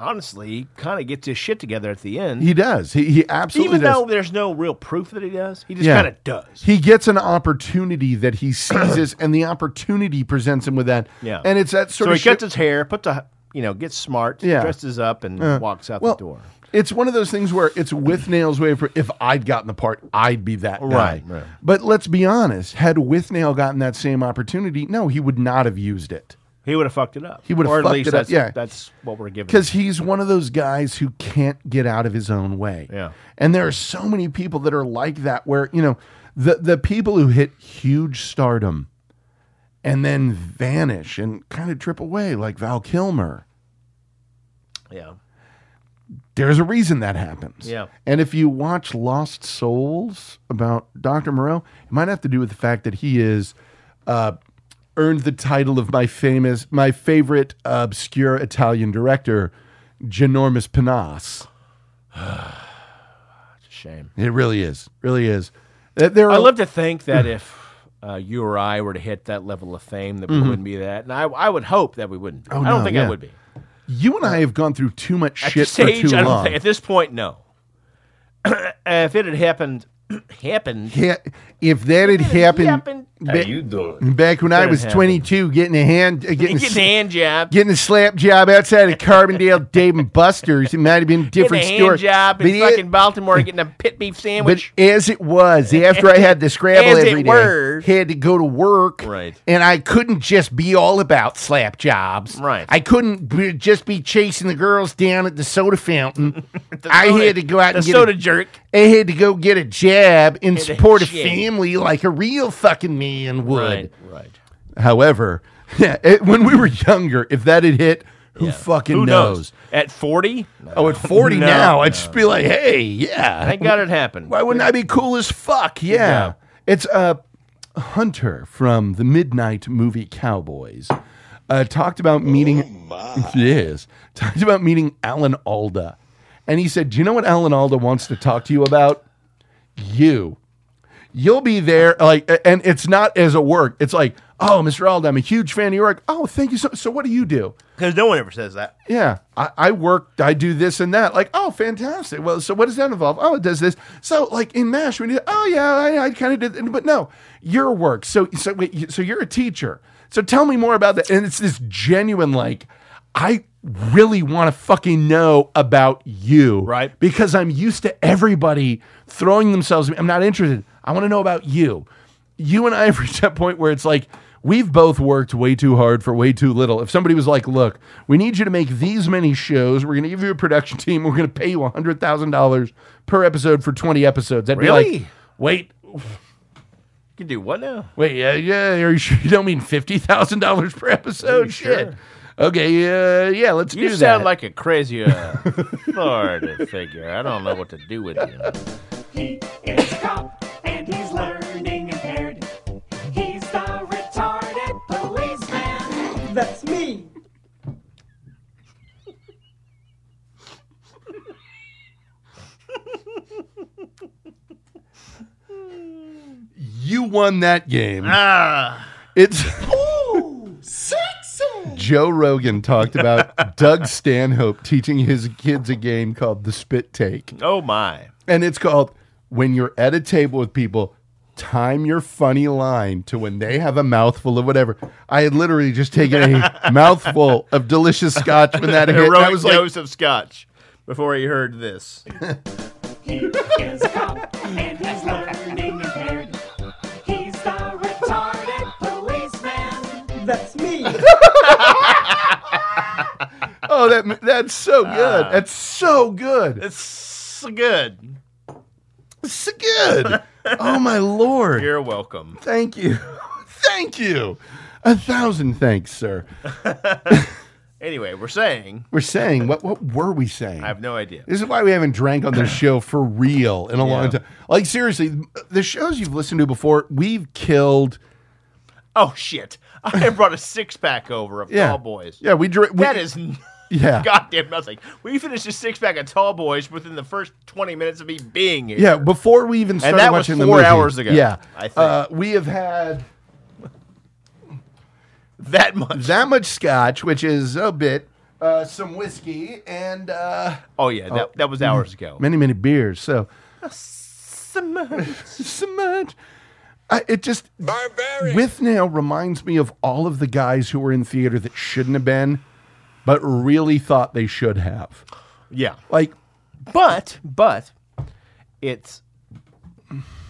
S4: honestly kind of gets his shit together at the end.
S1: He does. He he absolutely
S4: Even
S1: does.
S4: though there's no real proof that he does, he just
S1: Yeah.
S4: kind of does.
S1: he gets an opportunity that he seizes and the opportunity presents him with that.
S4: Yeah.
S1: And it's that sort
S4: So
S1: of
S4: he cuts
S1: shit-
S4: his hair, puts a, you know, gets smart,
S1: Yeah.
S4: dresses up, and walks out
S1: well,
S4: the door.
S1: It's one of those things where it's with Nail's way for if I'd gotten the part, I'd be that
S4: Right,
S1: guy.
S4: right.
S1: But let's be honest, had with Nail gotten that same opportunity, no, he would not have used it.
S4: He would have fucked it up.
S1: He would have
S4: Or at
S1: fucked
S4: least
S1: it up,
S4: that's,
S1: yeah.
S4: That's what we're giving.
S1: because he's one of those guys who can't get out of his own way.
S4: Yeah.
S1: And there are so many people that are like that where, you know, the the people who hit huge stardom and then vanish and kind of drip away like Val Kilmer.
S4: Yeah.
S1: There's a reason that happens.
S4: Yeah.
S1: And if you watch Lost Souls about Dr. Moreau, it might have to do with the fact that he is uh earned the title of my famous my favorite obscure Italian director, Ginormous Panas.
S4: Shame.
S1: It really is. Really is. Uh, There are,
S4: I love to think that if uh, you or I were to hit that level of fame, that we wouldn't be that. And I, I would hope that we wouldn't. Be. I don't
S1: Mm-hmm. Oh, no,
S4: think
S1: yeah.
S4: I would be.
S1: you and I have gone through too much
S4: At
S1: shit
S4: this
S1: for
S4: stage,
S1: too
S4: I don't
S1: long.
S4: think, at this point, no. if it had happened, happened.
S1: Yeah, if that had happened,
S4: happened.
S1: ba- back when I
S4: That
S1: was
S4: happened.
S1: 22, getting a hand, uh, getting, a,
S4: Get
S1: s-
S4: the hand job.
S1: getting a slap job outside of Carbondale Dave and Buster's, it might have been a
S4: Get the
S1: different
S4: hand
S1: story.
S4: job in
S1: it-
S4: fucking Baltimore getting a pit beef
S1: but
S4: sandwich.
S1: as it was, after I had the scramble
S4: As it
S1: every day,
S4: were.
S1: had to go to work,
S4: Right.
S1: And I couldn't just be all about slap jobs,
S4: Right.
S1: I couldn't be, just be chasing the girls down at the soda fountain. I
S4: soda-
S1: had to go out
S4: the
S1: and get
S4: soda
S1: a,
S4: jerk.
S1: I had to go get a jab and
S4: Get a
S1: support a
S4: jab.
S1: family like a real fucking man would.
S4: Right, right.
S1: However, yeah, it, when we were younger, if that had hit, who fucking
S4: Who knows?
S1: knows?
S4: At 40?
S1: Oh, at forty
S4: No,
S1: now, I'd just be like, hey, yeah,
S4: Thank God it happened.
S1: why wouldn't I be cool as fuck? Yeah.
S4: Yeah.
S1: It's uh, Hunter from the Midnight movie Cowboys. Uh, talked about meeting. Yes. Talked about meeting Alan Alda. And he said, Do you know what Alan Alda wants to talk to you about? You. You'll be there. like, a- And it's not as a work. It's like, Oh, Mr. Alda, I'm a huge fan of your work. Oh, thank you so So, what do you do?
S4: Because no one ever says that.
S1: Yeah, I, I work, I do this and that. Like, oh, fantastic. Well, so what does that involve? Oh, it does this. So, like in MASH, we did, oh, yeah, I, I kind of did, but no, your work. So, so, wait, you- so you're a teacher. So tell me more about that. And it's this genuine, like, I really want to fucking know about you.
S4: Right.
S1: Because I'm used to everybody throwing themselves. at me. I'm not interested. I want to know about you. You and I have reached that point where it's like, we've both worked way too hard for way too little. If somebody was like, look, we need you to make these many shows, we're going to give you a production team, we're going to pay you $100,000 per episode for 20 episodes. I'd be like,
S4: Really?
S1: wait,
S4: You can do what now?
S1: Wait, yeah, yeah. Are you sure you don't mean fifty thousand dollars per episode? Shit. Okay, uh, yeah, let's
S4: You
S1: do
S4: sound
S1: that.
S4: like a crazy uh, Florida figure. I don't know what to do with you.
S8: He is a cop and he's learning impaired. He's the retarded policeman.
S7: That's me.
S4: Ah,
S1: Ah. you won that game. It's Joe Rogan talked about Doug Stanhope teaching his kids a game called the spit take.
S4: Oh my.
S1: And it's called When You're at a Table with People, Time Your Funny Line to When They Have a Mouthful of Whatever. I had literally just taken a mouthful of delicious scotch when that hit. and I
S4: Heroic
S1: was like,
S4: dose of scotch before he heard this.
S8: He is a cop and he's learning impaired. He's the retarded policeman.
S9: That's me.
S1: oh, that, that's so good. that's so good.
S4: It's so good.
S1: That's so good. oh, my Lord.
S4: You're welcome.
S1: thank you. thank you. A thousand thanks, sir.
S4: Anyway, we're saying
S1: We're saying, what, what were we saying?
S4: I have no idea.
S1: This is why we haven't drank on this show for real in a long
S4: Yeah.
S1: time. Like seriously, the shows you've listened to before, we've killed.
S4: Oh shit! I brought a six pack over of
S1: Yeah,
S4: tall boys.
S1: Yeah, we drank.
S4: That is
S1: yeah,
S4: goddamn nothing. We finished a six pack of tall boys within the first twenty minutes of me being here.
S1: yeah. Before we even started
S4: that was
S1: watching the
S4: four
S1: movie.
S4: hours ago,
S1: Yeah,
S4: I think.
S1: Uh, we have had
S4: that much.
S1: that much scotch, which is a bit, uh, some whiskey, and uh,
S4: Oh yeah, that, that was hours ago.
S1: many many beers. So
S4: So much.
S1: so much. I, it just
S3: Barbarian.
S1: with now reminds me of all of the guys who were in theater that shouldn't have been, but really thought they should have.
S4: Yeah,
S1: Like
S4: but but it's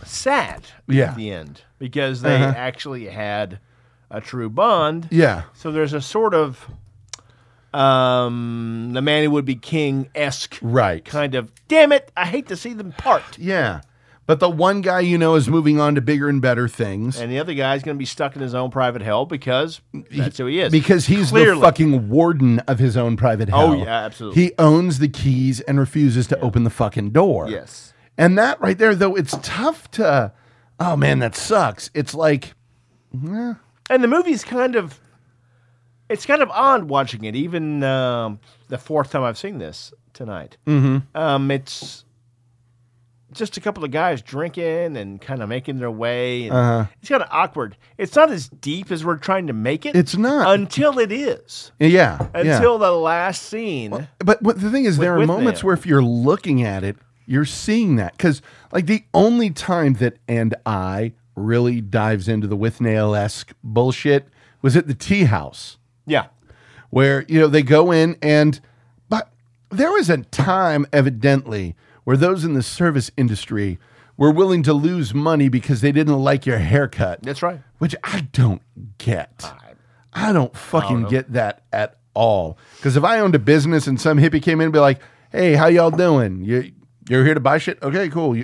S4: sad
S1: Yeah. Uh-huh.
S4: at the end because they actually had a true bond.
S1: yeah.
S4: So there's a sort of um, the man who would be king esque
S1: Right.
S4: kind of damn it. I hate to see them part.
S1: Yeah. But the one guy you know is moving on to bigger and better things.
S4: And the other guy's going to be stuck in his own private hell because that's who he is.
S1: because he's
S4: Clearly.
S1: the fucking warden of his own private hell.
S4: Oh, yeah, absolutely.
S1: He owns the keys and refuses to open the fucking door.
S4: Yes.
S1: And that right there, though, it's tough to. Oh man, that sucks. It's like
S4: and the movie's kind of it's kind of odd watching it even um, the fourth time i've seen this tonight mm-hmm. um, it's just a couple of guys drinking and kind of making their way and
S1: Uh-huh.
S4: it's kind of awkward it's not as deep as we're trying to make it
S1: It's not.
S4: until it is
S1: yeah, yeah.
S4: until the last scene
S1: But what, the thing is, there are
S4: with
S1: moments
S4: them.
S1: where if you're looking at it, you're seeing that because, like, the only time that and I really dives into the with nail esque bullshit was at the tea house.
S4: yeah
S1: where you know they go in and but there was a time evidently where those in the service industry were willing to lose money because they didn't like your haircut
S4: that's right
S1: which i don't get i don't fucking get that at all because if i owned a business and some hippie came in and be like hey how y'all doing you, you're here to buy shit okay cool you,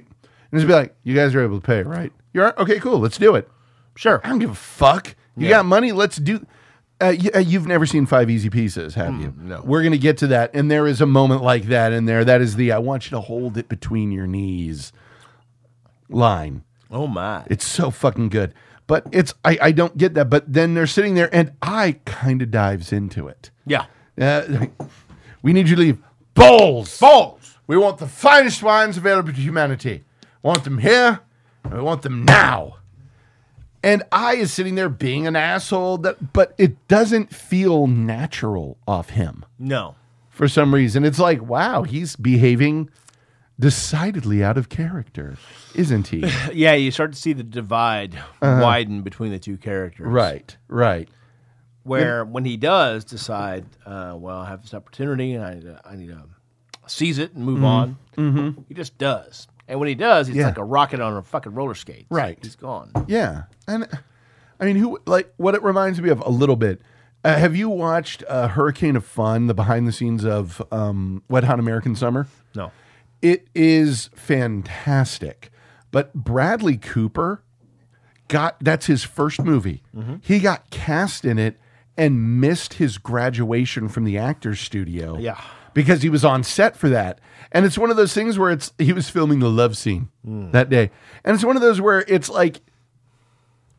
S1: and just be like you guys are able to pay right you're okay cool let's do it
S4: sure
S1: I don't give a fuck. You got money? Let's do. Uh, you, uh, you've never seen Five Easy Pieces, have you? No. We're gonna get to that, and there is a moment like that in there. That is the I want you to hold it between your knees line.
S4: oh my
S1: It's so fucking good, but it's I, I don't get that. But then they're sitting there, and I kind of dives into it.
S4: yeah
S1: Uh, we need you to leave bowls.
S4: balls
S1: We want the finest wines available to humanity. Want them here, and we want them now. And I is sitting there being an asshole that but it doesn't feel natural off him
S4: no
S1: for some reason. It's like, wow, he's behaving decidedly out of character, isn't he?
S4: yeah you start to see the divide widen between the two characters
S1: Uh-huh. right, right.
S4: where when he does decide, uh, well, I have this opportunity and I, need to- I need to seize it and move on, he just does. And when he does, he's
S1: Mm-hmm. Yeah.
S4: like a rocket on a fucking roller skate.
S1: Right.
S4: He's gone.
S1: Yeah. And I mean, who like what it reminds me of a little bit. Uh, have you watched uh, Hurricane of Fun, the behind the scenes of um, Wet Hot American Summer?
S4: No.
S1: It is fantastic. But Bradley Cooper got that's his first movie.
S4: Mm-hmm.
S1: He got cast in it and missed his graduation from the actor's studio.
S4: Yeah.
S1: Because he was on set for that. And it's one of those things where it's he was filming the love scene
S4: Hmm.
S1: that day. And it's one of those where it's like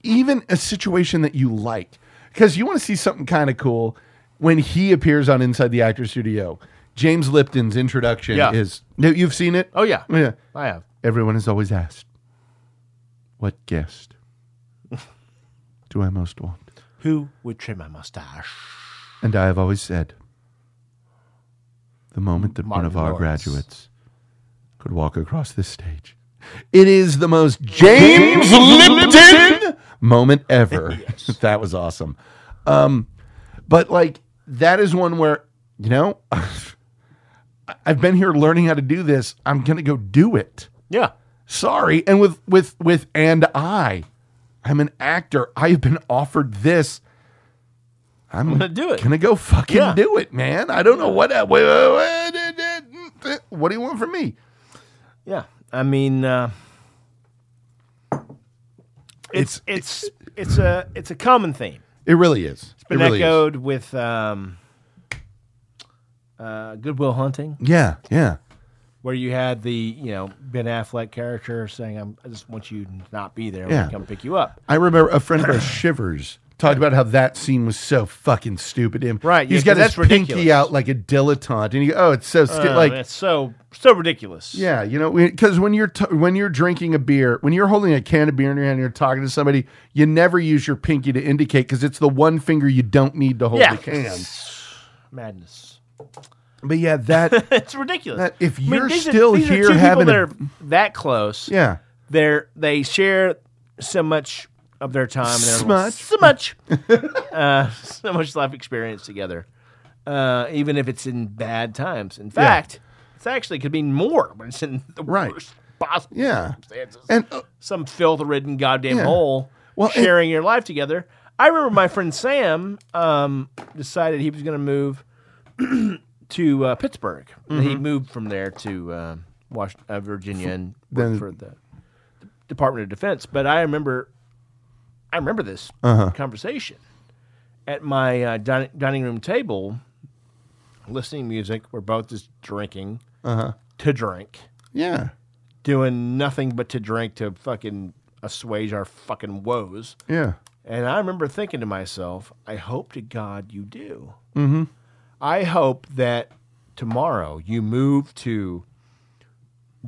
S1: even a situation that you like because you want to see something kind of cool when he appears on Inside the Actors Studio. James Lipton's introduction
S4: Yeah.
S1: is no, you've seen it.
S4: Oh, yeah.
S1: yeah.
S4: I have.
S1: Everyone has always asked, "What guest do I most want?"
S4: Who would trim my mustache?
S1: And I have always said the moment that one
S4: Martin
S1: of our
S4: Lawrence.
S1: graduates could walk across this stage, it is the most James, Lipton moment ever. that was awesome. Um, but like, that is one where, you know, I've been here learning how to do this. I'm going to go do it
S4: Yeah.
S1: sorry and with with with and i i'm an actor i have been offered this i'm
S4: gonna do it.
S1: gonna go fucking
S4: Yeah.
S1: do it man i don't know what I- what- what what do you want from me
S4: Yeah. I mean, uh, it's it's it's a it's a common theme.
S1: it really is
S4: It's been
S1: it really
S4: echoed with um, uh, Goodwill Hunting,
S1: is. yeah yeah
S4: where you had the you know Ben Affleck character saying, I'm, "I just want you to not be there.
S1: Yeah.
S4: When I come pick you up."
S1: i remember a friend of ours shivers talked about how that scene was so fucking stupid him
S4: Right, yeah,
S1: he's got
S4: 'cause
S1: his
S4: that's
S1: pinky
S4: ridiculous.
S1: out like a dilettante and you go oh it's so stu-
S4: Uh,
S1: like
S4: it's so so ridiculous.
S1: Yeah, you know, because when you're t- when you're drinking a beer, when you're holding a can of beer in your hand, and you're talking to somebody, you never use your pinky to indicate because it's the one finger you don't need to hold
S4: yeah,
S1: the can.
S4: madness.
S1: But yeah, that
S4: It's ridiculous.
S1: That- if
S4: I mean,
S1: you're
S4: these are-
S1: still
S4: these are
S1: here
S4: two people
S1: having
S4: that
S1: a-
S4: are that close,
S1: yeah,
S4: they're they share so much of their time and their
S1: Smudge.
S4: so much uh, so much life experience together uh, even if it's in bad times in fact it's actually could mean more when it's in the
S1: Right.
S4: worst possible
S1: yeah,
S4: circumstances
S1: and uh,
S4: some filth-ridden goddamn
S1: Yeah.
S4: hole
S1: Well, and-
S4: sharing your life together i remember my friend sam um, decided he was going to move to uh, pittsburgh he
S1: Mm-hmm.
S4: moved from there to uh, Wash- uh, virginia and
S1: Then-
S4: worked for the department of defense but i remember i remember this
S1: Uh-huh.
S4: conversation at my uh, din- dining room table listening to music we're both just drinking
S1: Uh-huh.
S4: to drink
S1: yeah,
S4: doing nothing but to drink to fucking assuage our fucking woes.
S1: yeah,
S4: And I remember thinking to myself, I hope to God you do. Mm-hmm. I hope that tomorrow you move to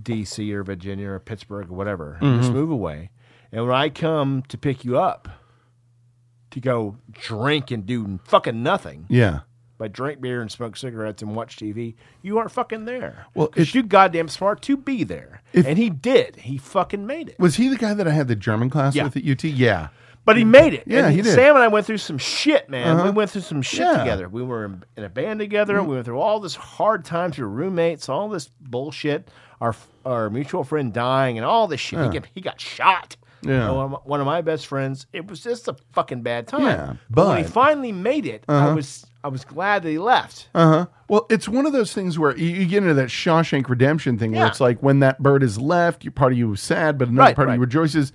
S4: D.C. or Virginia or Pittsburgh or whatever, just move away. And when I come to pick you up to go drink and do fucking nothing,
S1: yeah.
S4: but drink beer and smoke cigarettes and watch TV, you aren't fucking there.
S1: Well,
S4: 'Cause
S1: if-
S4: you goddamn smart to be there,
S1: If-
S4: and he did. He fucking made it.
S1: Was he the guy that I had the German class
S4: Yeah.
S1: with at UT? Yeah,
S4: But he made it.
S1: Yeah,
S4: And
S1: he did. Uh-huh.
S4: Sam and I went through some shit, man. We went through some shit
S1: Yeah. Mm-hmm.
S4: together. We were in, in a band together. We went through all this hard times. We were roommates. All this bullshit. Our f- our mutual friend dying and all this shit. He, get, he got shot.
S1: Yeah.
S4: And One of, my, one of my best friends. It was just a fucking bad time.
S1: Yeah,
S4: when he
S1: but- Uh-huh.
S4: finally made it, I was I was glad that he left.
S1: Uh huh. Well, it's one of those things where you, you get into that Shawshank Redemption thing where
S4: Yeah.
S1: it's like when that bird is left, you, part of you is sad, but another
S4: Right,
S1: part of you
S4: right.
S1: rejoices.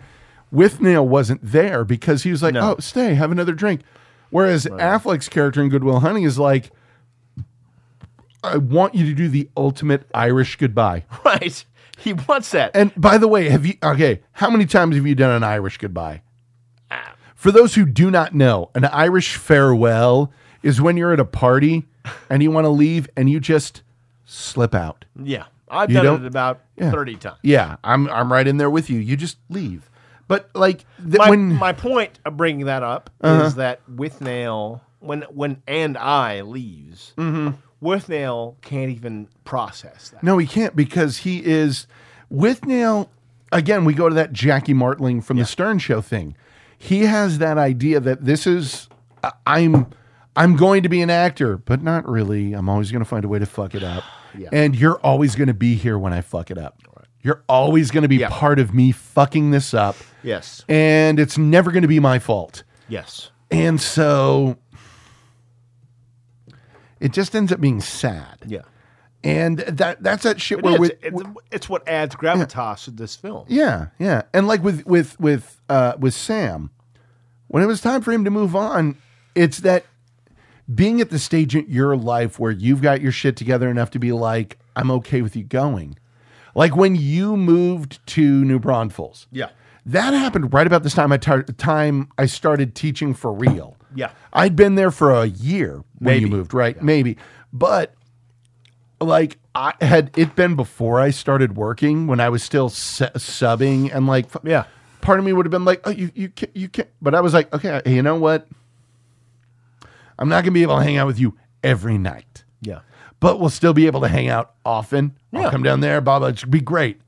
S1: Withnail wasn't there because he was like,
S4: No.
S1: "Oh, stay, have another drink." Whereas Affleck's character in Goodwill Hunting is like, "I want you to do the ultimate Irish goodbye."
S4: Right. He wants that.
S1: And by the way, have you okay? How many times have you done an Irish goodbye? For those who do not know, an Irish farewell is when you're at a party and you want to leave and you just slip out.
S4: yeah. I've
S1: You
S4: done
S1: don't-
S4: it about
S1: Yeah.
S4: 30 times.
S1: Yeah, I'm I'm right in there with you. You just leave. But like th-
S4: my,
S1: when Uh-huh.
S4: my point of bringing that up is that Withnail, when when and I leaves,
S1: Mm-hmm.
S4: Withnail can't even process that.
S1: no, he can't because he is with now. Again, we go to that Jackie Martling from the Stern Show thing. He has that idea that this is I- I'm I'm going to be an actor, but not really. I'm always going to find a way to fuck it up. And you're always going to be here when I fuck it up. You're always going to be
S4: Yeah.
S1: part of me fucking this up.
S4: Yes.
S1: And it's never going to be my fault.
S4: Yes.
S1: And so it just ends up being sad.
S4: Yeah.
S1: And that that's that shit
S4: It
S1: where
S4: is.
S1: with,
S4: it's,
S1: with-
S4: it's what adds gravitas to this film.
S1: yeah, yeah. And like with with with uh with Sam, when it was time for him to move on, it's that being at the stage in your life where you've got your shit together enough to be like, I'm okay with you going. Like when you moved to New Braunfels.
S4: Yeah.
S1: That happened right about this time I tar- time I started teaching for real.
S4: Yeah.
S1: I'd been there for a year when you
S4: Maybe.
S1: moved, right? Maybe. But like I had it been before I started working when I was still se- subbing and like f-
S4: Yeah.
S1: part of me would have been like, "Oh, you you can't, you can't." But I was like, "Okay, you know what? I'm not going to be able to hang out with you every night,
S4: Yeah.
S1: but we'll still be able to hang out often.
S4: Yeah.
S1: I'll come down there, blah, blah. It should be great.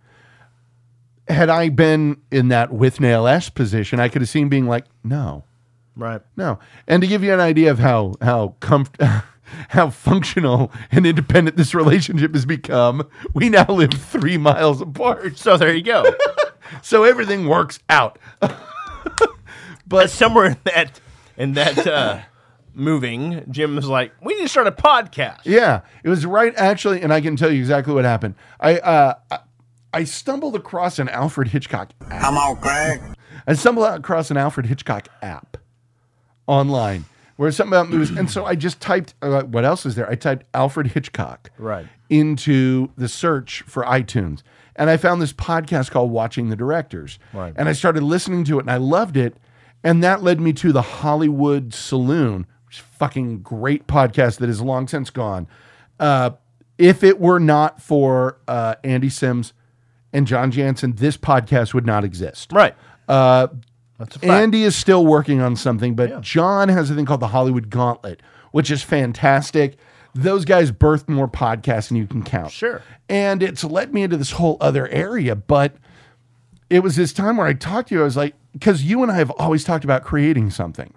S1: Had I been in that with Nail S position, I could have seen being like, no,
S4: Right.
S1: no. And to give you an idea of how how comf- how functional and independent this relationship has become, we now live three miles apart,
S4: So there you go.
S1: so everything works out.
S4: but somewhere in that in that uh, moving, Jim was like, "We need to start a podcast."
S1: Yeah, it was right actually, and I can tell you exactly what happened. I uh, I- I stumbled across an Alfred Hitchcock. App.
S3: I'm out, Craig.
S1: I stumbled across an Alfred Hitchcock app online where something about movies, and so I just typed uh, what else is there? I typed Alfred Hitchcock
S4: Right.
S1: into the search for iTunes, and I found this podcast called Watching the Directors,
S4: Right.
S1: and I started listening to it, and I loved it, and that led me to the Hollywood Saloon, which is a fucking great podcast that is long since gone. Uh, if it were not for uh, Andy Sims and John Jansen, this podcast would not exist.
S4: Right.
S1: Uh,
S4: That's a fact.
S1: Andy is still working on something, but John has a thing called the Hollywood Gauntlet, which is fantastic. Those guys birthed more podcasts than you can count.
S4: Sure.
S1: And it's led me into this whole other area, but it was this time where I talked to you. I was like, because you and I have always talked about creating something.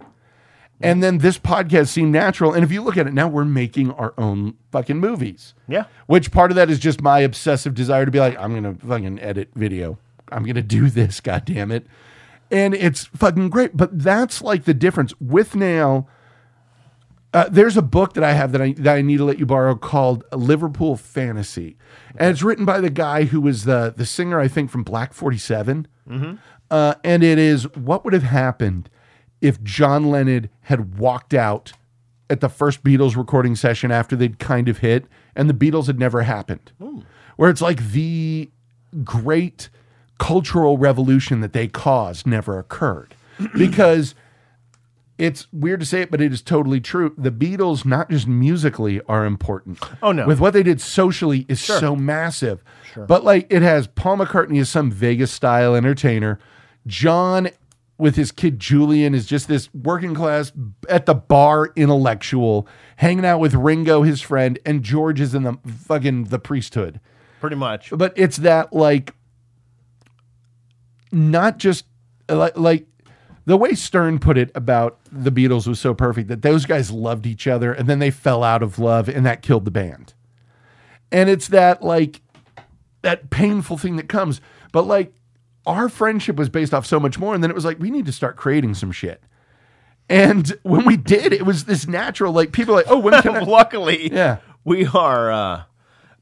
S1: And then this podcast seemed natural. And if you look at it now, we're making our own fucking movies.
S4: Yeah.
S1: Which part of that is just my obsessive desire to be like, I'm gonna fucking edit video. I'm gonna do this, god damn it. And it's fucking great. But that's like the difference. With Nail, uh, there's a book that I have that I that I need to let you borrow called Liverpool Fantasy. And it's written by the guy who was the the singer, I think, from Black 47. Uh, and it is what would have happened if John Lennon had walked out at the first Beatles recording session after they'd kind of hit and the Beatles had never happened. Where it's like the great cultural revolution that they caused never occurred. because it's weird to say it, but it is totally true. The Beatles, not just musically, are important.
S4: Oh, no.
S1: With what they did socially is so massive. But like it has Paul McCartney as some Vegas style entertainer. John with his kid Julian is just this working class at the bar intellectual hanging out with Ringo, his friend, and George is in the fucking the priesthood.
S4: Pretty much.
S1: But it's that like not just like like the way Stern put it about the Beatles was so perfect that those guys loved each other and then they fell out of love and that killed the band. And it's that like that painful thing that comes. But like our friendship was based off so much more and then it was like we need to start creating some shit. And when we did, it was this natural like people are like, "Oh, when can I
S4: Luckily,
S1: Yeah.
S4: we are uh,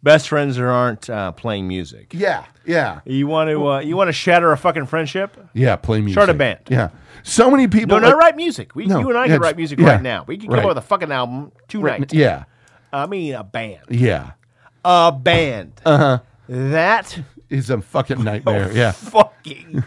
S4: best friends that aren't uh, playing music.
S1: Yeah, yeah.
S4: You want to uh, you want to shatter a fucking friendship?
S1: Yeah, play music.
S4: Start a band.
S1: Yeah. So many
S4: No,
S1: people
S4: no,
S1: like-
S4: write music. We,
S1: No,
S4: you and I
S1: yeah,
S4: can write music
S1: yeah,
S4: right now. We can
S1: right.
S4: come up with a fucking album tonight.
S1: Yeah.
S4: I mean, a band.
S1: Yeah.
S4: A band. Uh huh. That
S1: It's a fucking nightmare. Yeah.
S4: fucking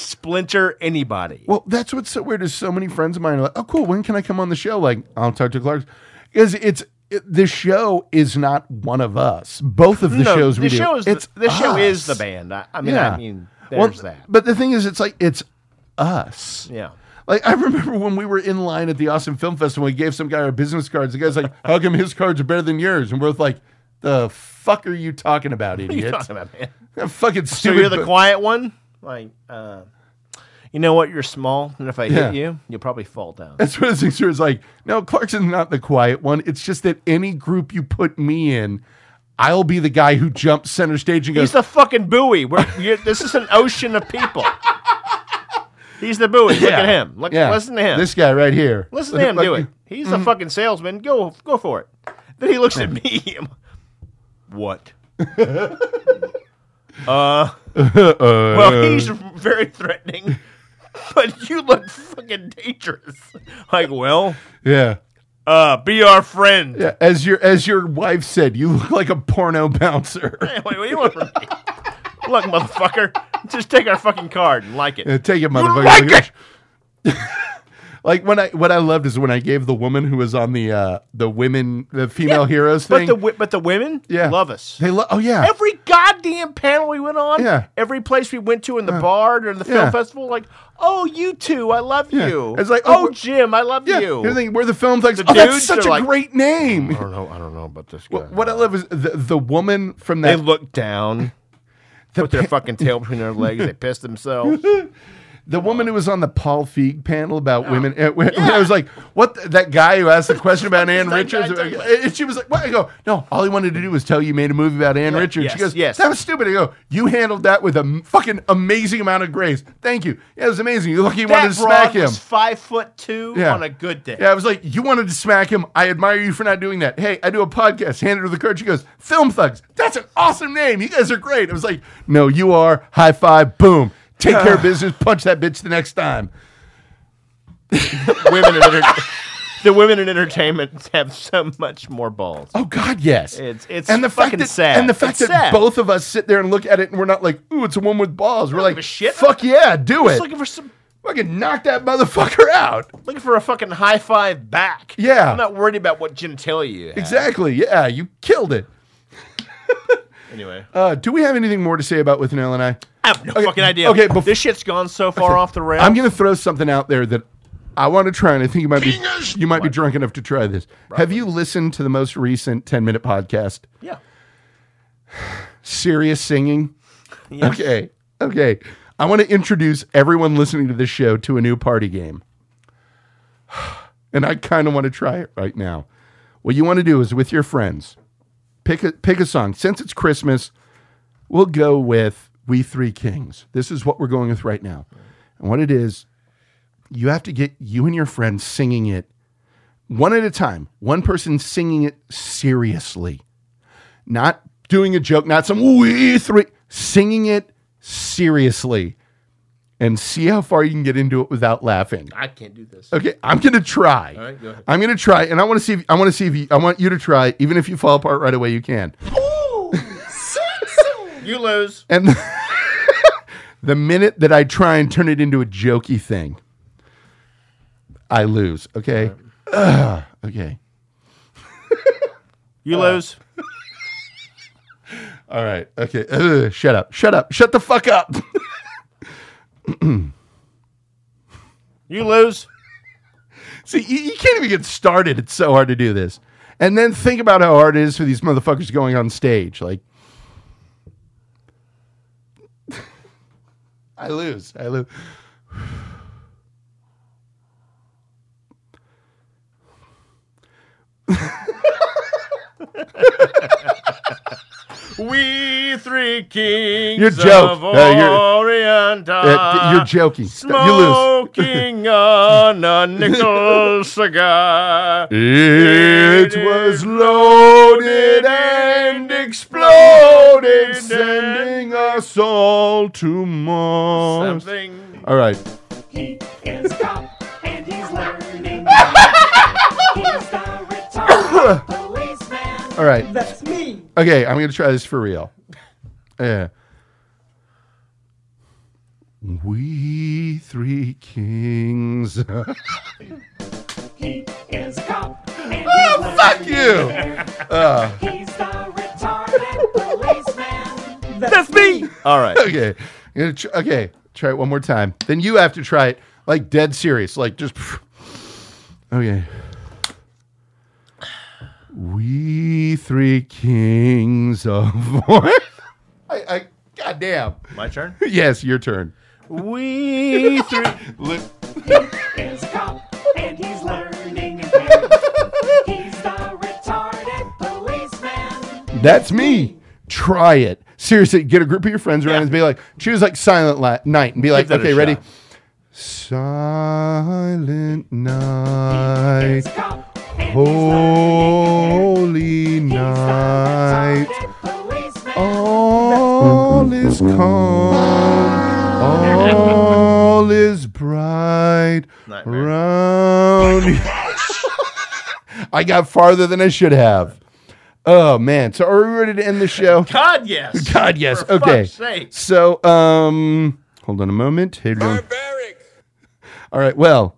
S4: splinter anybody.
S1: Well, that's what's so weird is so many friends of mine are like, oh, cool. When can I come on the show? Like, I'll talk to Clark. Because it's, it, the show is not one of us. Both of the
S4: no,
S1: shows we
S4: the
S1: do.
S4: show is the-
S1: it's
S4: the show is the
S1: us.
S4: band. I, I mean, I mean,
S1: Well,
S4: there's that.
S1: But the thing is, it's like, it's us.
S4: Yeah.
S1: Like I remember when we were in line at the Austin Film Festival, we gave some guy our business cards. The guy's like, "How come his cards are better than yours?" And we're both like, "The fuck are you talking about, idiot?
S4: What are you talking about, man?
S1: That fucking
S4: So
S1: stupid."
S4: you're the
S1: bu-
S4: quiet one? Like, uh, you know what? You're small, and if I
S1: Yeah.
S4: hit you, you'll probably fall down.
S1: That's what it's it's like. No, Clarkson's not the quiet one. It's just that any group you put me in, I'll be the guy who jumps center stage and goes,
S4: He's the fucking buoy. We're, you're, this is an ocean of people. He's the buoy. Look at him. Look,
S1: yeah,
S4: listen to him.
S1: This guy right here.
S4: listen to him do it. He's
S1: Mm-hmm.
S4: the fucking salesman. Go, go for it. Then he looks at
S1: Mm.
S4: me. I'm, what? uh. Well,
S1: Uh,
S4: he's very threatening, but you look fucking dangerous. Like, well,
S1: Yeah.
S4: uh, be our friend.
S1: Yeah, as your as your wife said, you look like a porno bouncer.
S4: Hey, wait, what do you want from me? Look, motherfucker, just take our fucking card and like it.
S1: Yeah, take it, motherfucker.
S4: like
S1: Like,
S4: it!
S1: Like when I what I loved is when I gave the woman who was on the uh the women the female heroes
S4: But
S1: thing.
S4: the wi- but the women
S1: yeah,
S4: love us.
S1: They love. Oh yeah.
S4: every goddamn panel we went on,
S1: Yeah.
S4: every place we went to in the bar or the
S1: yeah.
S4: film festival, like, oh, you two, I love
S1: Yeah.
S4: you.
S1: It's like, oh,
S4: oh,
S1: we're-
S4: Jim, I love
S1: yeah.
S4: you.
S1: Here's the thing, We're the film thugs.
S4: The
S1: oh, that's
S4: dudes,
S1: such a
S4: they're like-
S1: great name.
S4: don't know. I don't know about this guy.
S1: What, what I love is the, the woman from
S4: they
S1: that
S4: look down, put their fucking tail between their legs. They piss themselves.
S1: The woman who was on the Paul Feig panel
S4: Oh.
S1: about women, uh, when- when I was like, "What?" The, that guy who asked the question about Ann Richards, and she was like, "What?" I go, "No, all he wanted to do was tell you he made a movie about Ann Richards." she
S4: yes,
S1: goes,
S4: yes.
S1: that was stupid." I go, "You handled that with a m- fucking amazing amount of grace. Thank you. Yeah, it was amazing. You lucky you wanted to
S4: that broad
S1: smack him."
S4: was five foot two
S1: yeah.
S4: on a good day.
S1: Yeah, I was like, you wanted to smack him. I admire you for not doing that. Hey, I do a podcast. Handed her the card. She goes, Film Thugs. That's an awesome name. You guys are great. I was like, no, you are. High five. Boom. Take care of business. Punch that bitch the next time.
S4: women in enter- the women in entertainment have so much more balls.
S1: Oh God, yes.
S4: It's- it's
S1: fact
S4: fucking
S1: that,
S4: sad.
S1: And the fact
S4: It's
S1: that
S4: sad.
S1: both of us sit there and look at it and we're not like, ooh, it's a woman with balls. We're like,
S4: give a shit.
S1: fuck yeah, do it.
S4: Just looking for some,
S1: Fucking knock that motherfucker out.
S4: looking for a fucking high five back.
S1: Yeah.
S4: I'm not worried about what genitalia you have.
S1: Exactly. Yeah, you killed it.
S4: Anyway,
S1: Uh, do we have anything more to say about with an L and I?
S4: I have no
S1: Okay,
S4: fucking idea.
S1: okay,
S4: Okay,
S1: bef-
S4: this shit's gone so far off the rails.
S1: I'm gonna throw something out there that I want to try, and I think you might be
S3: Fingers-
S1: you might be drunk enough to try this. Have you listened to the most recent 10 minute podcast?
S4: yeah.
S1: Serious singing. Okay. Okay. I want to introduce everyone listening to this show to a new party game. And I kind of want to try it right now. What you want to do is with your friends, pick a pick a song. Since it's Christmas, we'll go with We Three Kings. This is what we're going with right now. And what it is, you have to get you and your friends singing it one at a time. One person singing it seriously. Not doing a joke, not some we three singing it seriously. And see how far you can get into it without laughing.
S4: I can't do this.
S1: Okay, I'm gonna try.
S4: go ahead.
S1: I'm gonna try, and I want to see. If, I want to see if you, I want you to try, even if you fall apart right away, you can.
S4: You lose.
S1: And the minute that I try and turn it into a jokey thing, I lose. Okay. Ugh, okay.
S4: You
S1: Uh,
S4: lose.
S1: All right. Okay. Ugh, shut up. Shut up. Shut the fuck up.
S4: You lose.
S1: see, you, you can't even get started. It's so hard to do this. And then think about how hard it is for these motherfuckers going on stage. Like, I lose. I lose.
S4: We three kings
S1: You're joke-
S4: of
S1: uh, you're-
S4: Orient
S1: Uh,
S4: are
S1: d- you're joking. Stop. You lose.
S4: Smoking on a nickel cigar.
S1: It was loaded and exploded, sending us all to Mars.
S4: Something.
S1: All right.
S8: He is a cop and he's learning. management. he's the retarded policeman.
S1: All right.
S7: That's me.
S1: Okay, I'm going to try this for real. Yeah. We three kings.
S8: He is a cop and he's learning.
S1: Oh, Fuck you. Uh.
S8: He's the retarded policeman.
S7: That's me.
S4: All right.
S1: Okay. I'm gonna tr- okay. Try it one more time. Then you have to try it like dead serious. Like just. Okay. We three kings of. I, I, goddamn.
S4: My turn.
S1: Yes, your turn.
S4: We three.
S1: Look,
S8: Is a cop and he's learning. management. He's the retarded policeman.
S1: That's me. Try it. Seriously, get a group of your friends around and be like, choose like Silent La- Night and be like,
S4: that a
S1: okay, ready?
S4: shot.
S1: Silent
S8: Is
S1: Night.
S8: a cop and he's learning.
S1: Holy night,
S8: He's the retarded policeman.
S1: all is calm, all is bright
S4: Nightmare.
S1: round. I got farther than I should have. Oh man! So are we ready to end the show?
S4: God yes.
S1: God, yes.
S4: For
S1: okay.
S4: fuck's sake.
S1: So, um, hold on a moment. Here we go.
S5: Barbaric.
S1: All right. Well,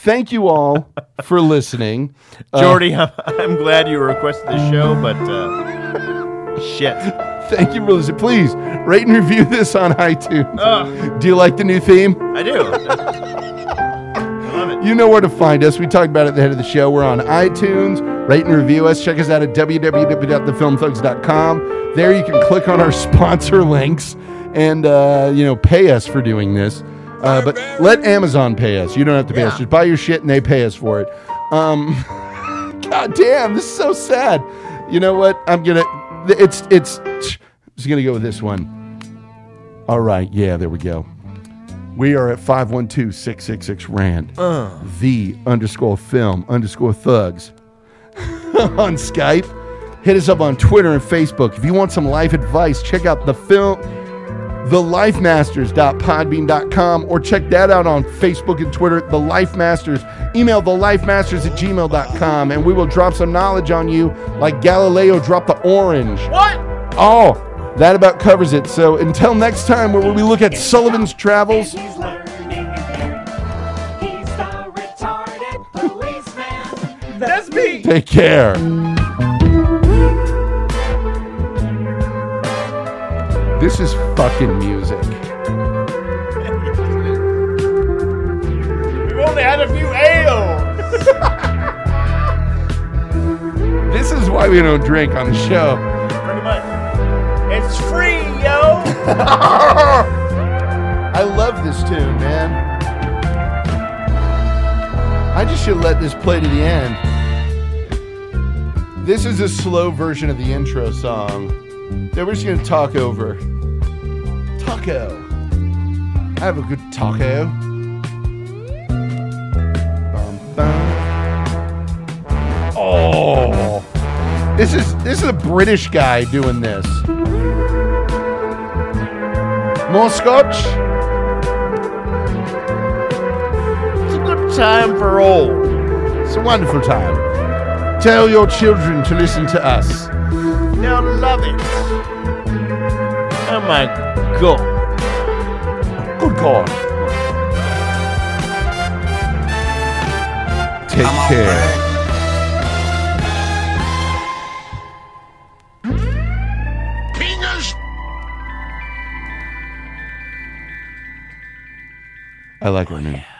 S1: Thank you all for listening.
S4: Jordy, I'm, I'm glad you requested this show, but uh, shit.
S1: Thank you for listening. Please rate and review this on iTunes. Do you like the new theme?
S4: I do.
S1: You know where to find us. We talked about it at the head of the show. We're on iTunes. Rate and review us. Check us out at www.thefilmthugs.com. There you can click on our sponsor links and uh, you know pay us for doing this. Uh, but let Amazon pay us. You don't have to pay us. Just buy your shit and they pay us for it. Um, God damn, this is so sad. You know what? I'm gonna. th- It's it's. I'm just gonna go with this one. All right, yeah, there we go. We are at 512 666 Rand. The underscore film underscore thugs on Skype. Hit us up on Twitter and Facebook. If you want some life advice, check out the film thelifemasters.podbean.com or check that out on Facebook and Twitter, The Life Masters. Email thelifemasters at gmail.com and we will drop some knowledge on you like Galileo dropped the orange. What? Oh, that about covers it. So until next time, where we look at Sullivan's Travels.
S8: And he's learning impaired. He's the retarded policeman.
S1: Take care. This is fucking music.
S4: We've only had a few ales.
S1: This is why we don't drink on the show.
S4: Pretty much. It's free, yo.
S1: I love this tune, man. I just should let this play to the end. This is a slow version of the intro song that we're just gonna talk over. Taco. Have a good taco. Bum, bum. Oh, this is this is a British guy doing this. More scotch.
S4: It's a good time for old.
S1: It's a wonderful time. Tell your children to listen to us.
S4: Now love it. Oh my god.
S1: Good God. Take care.
S3: Penis
S1: I like her name.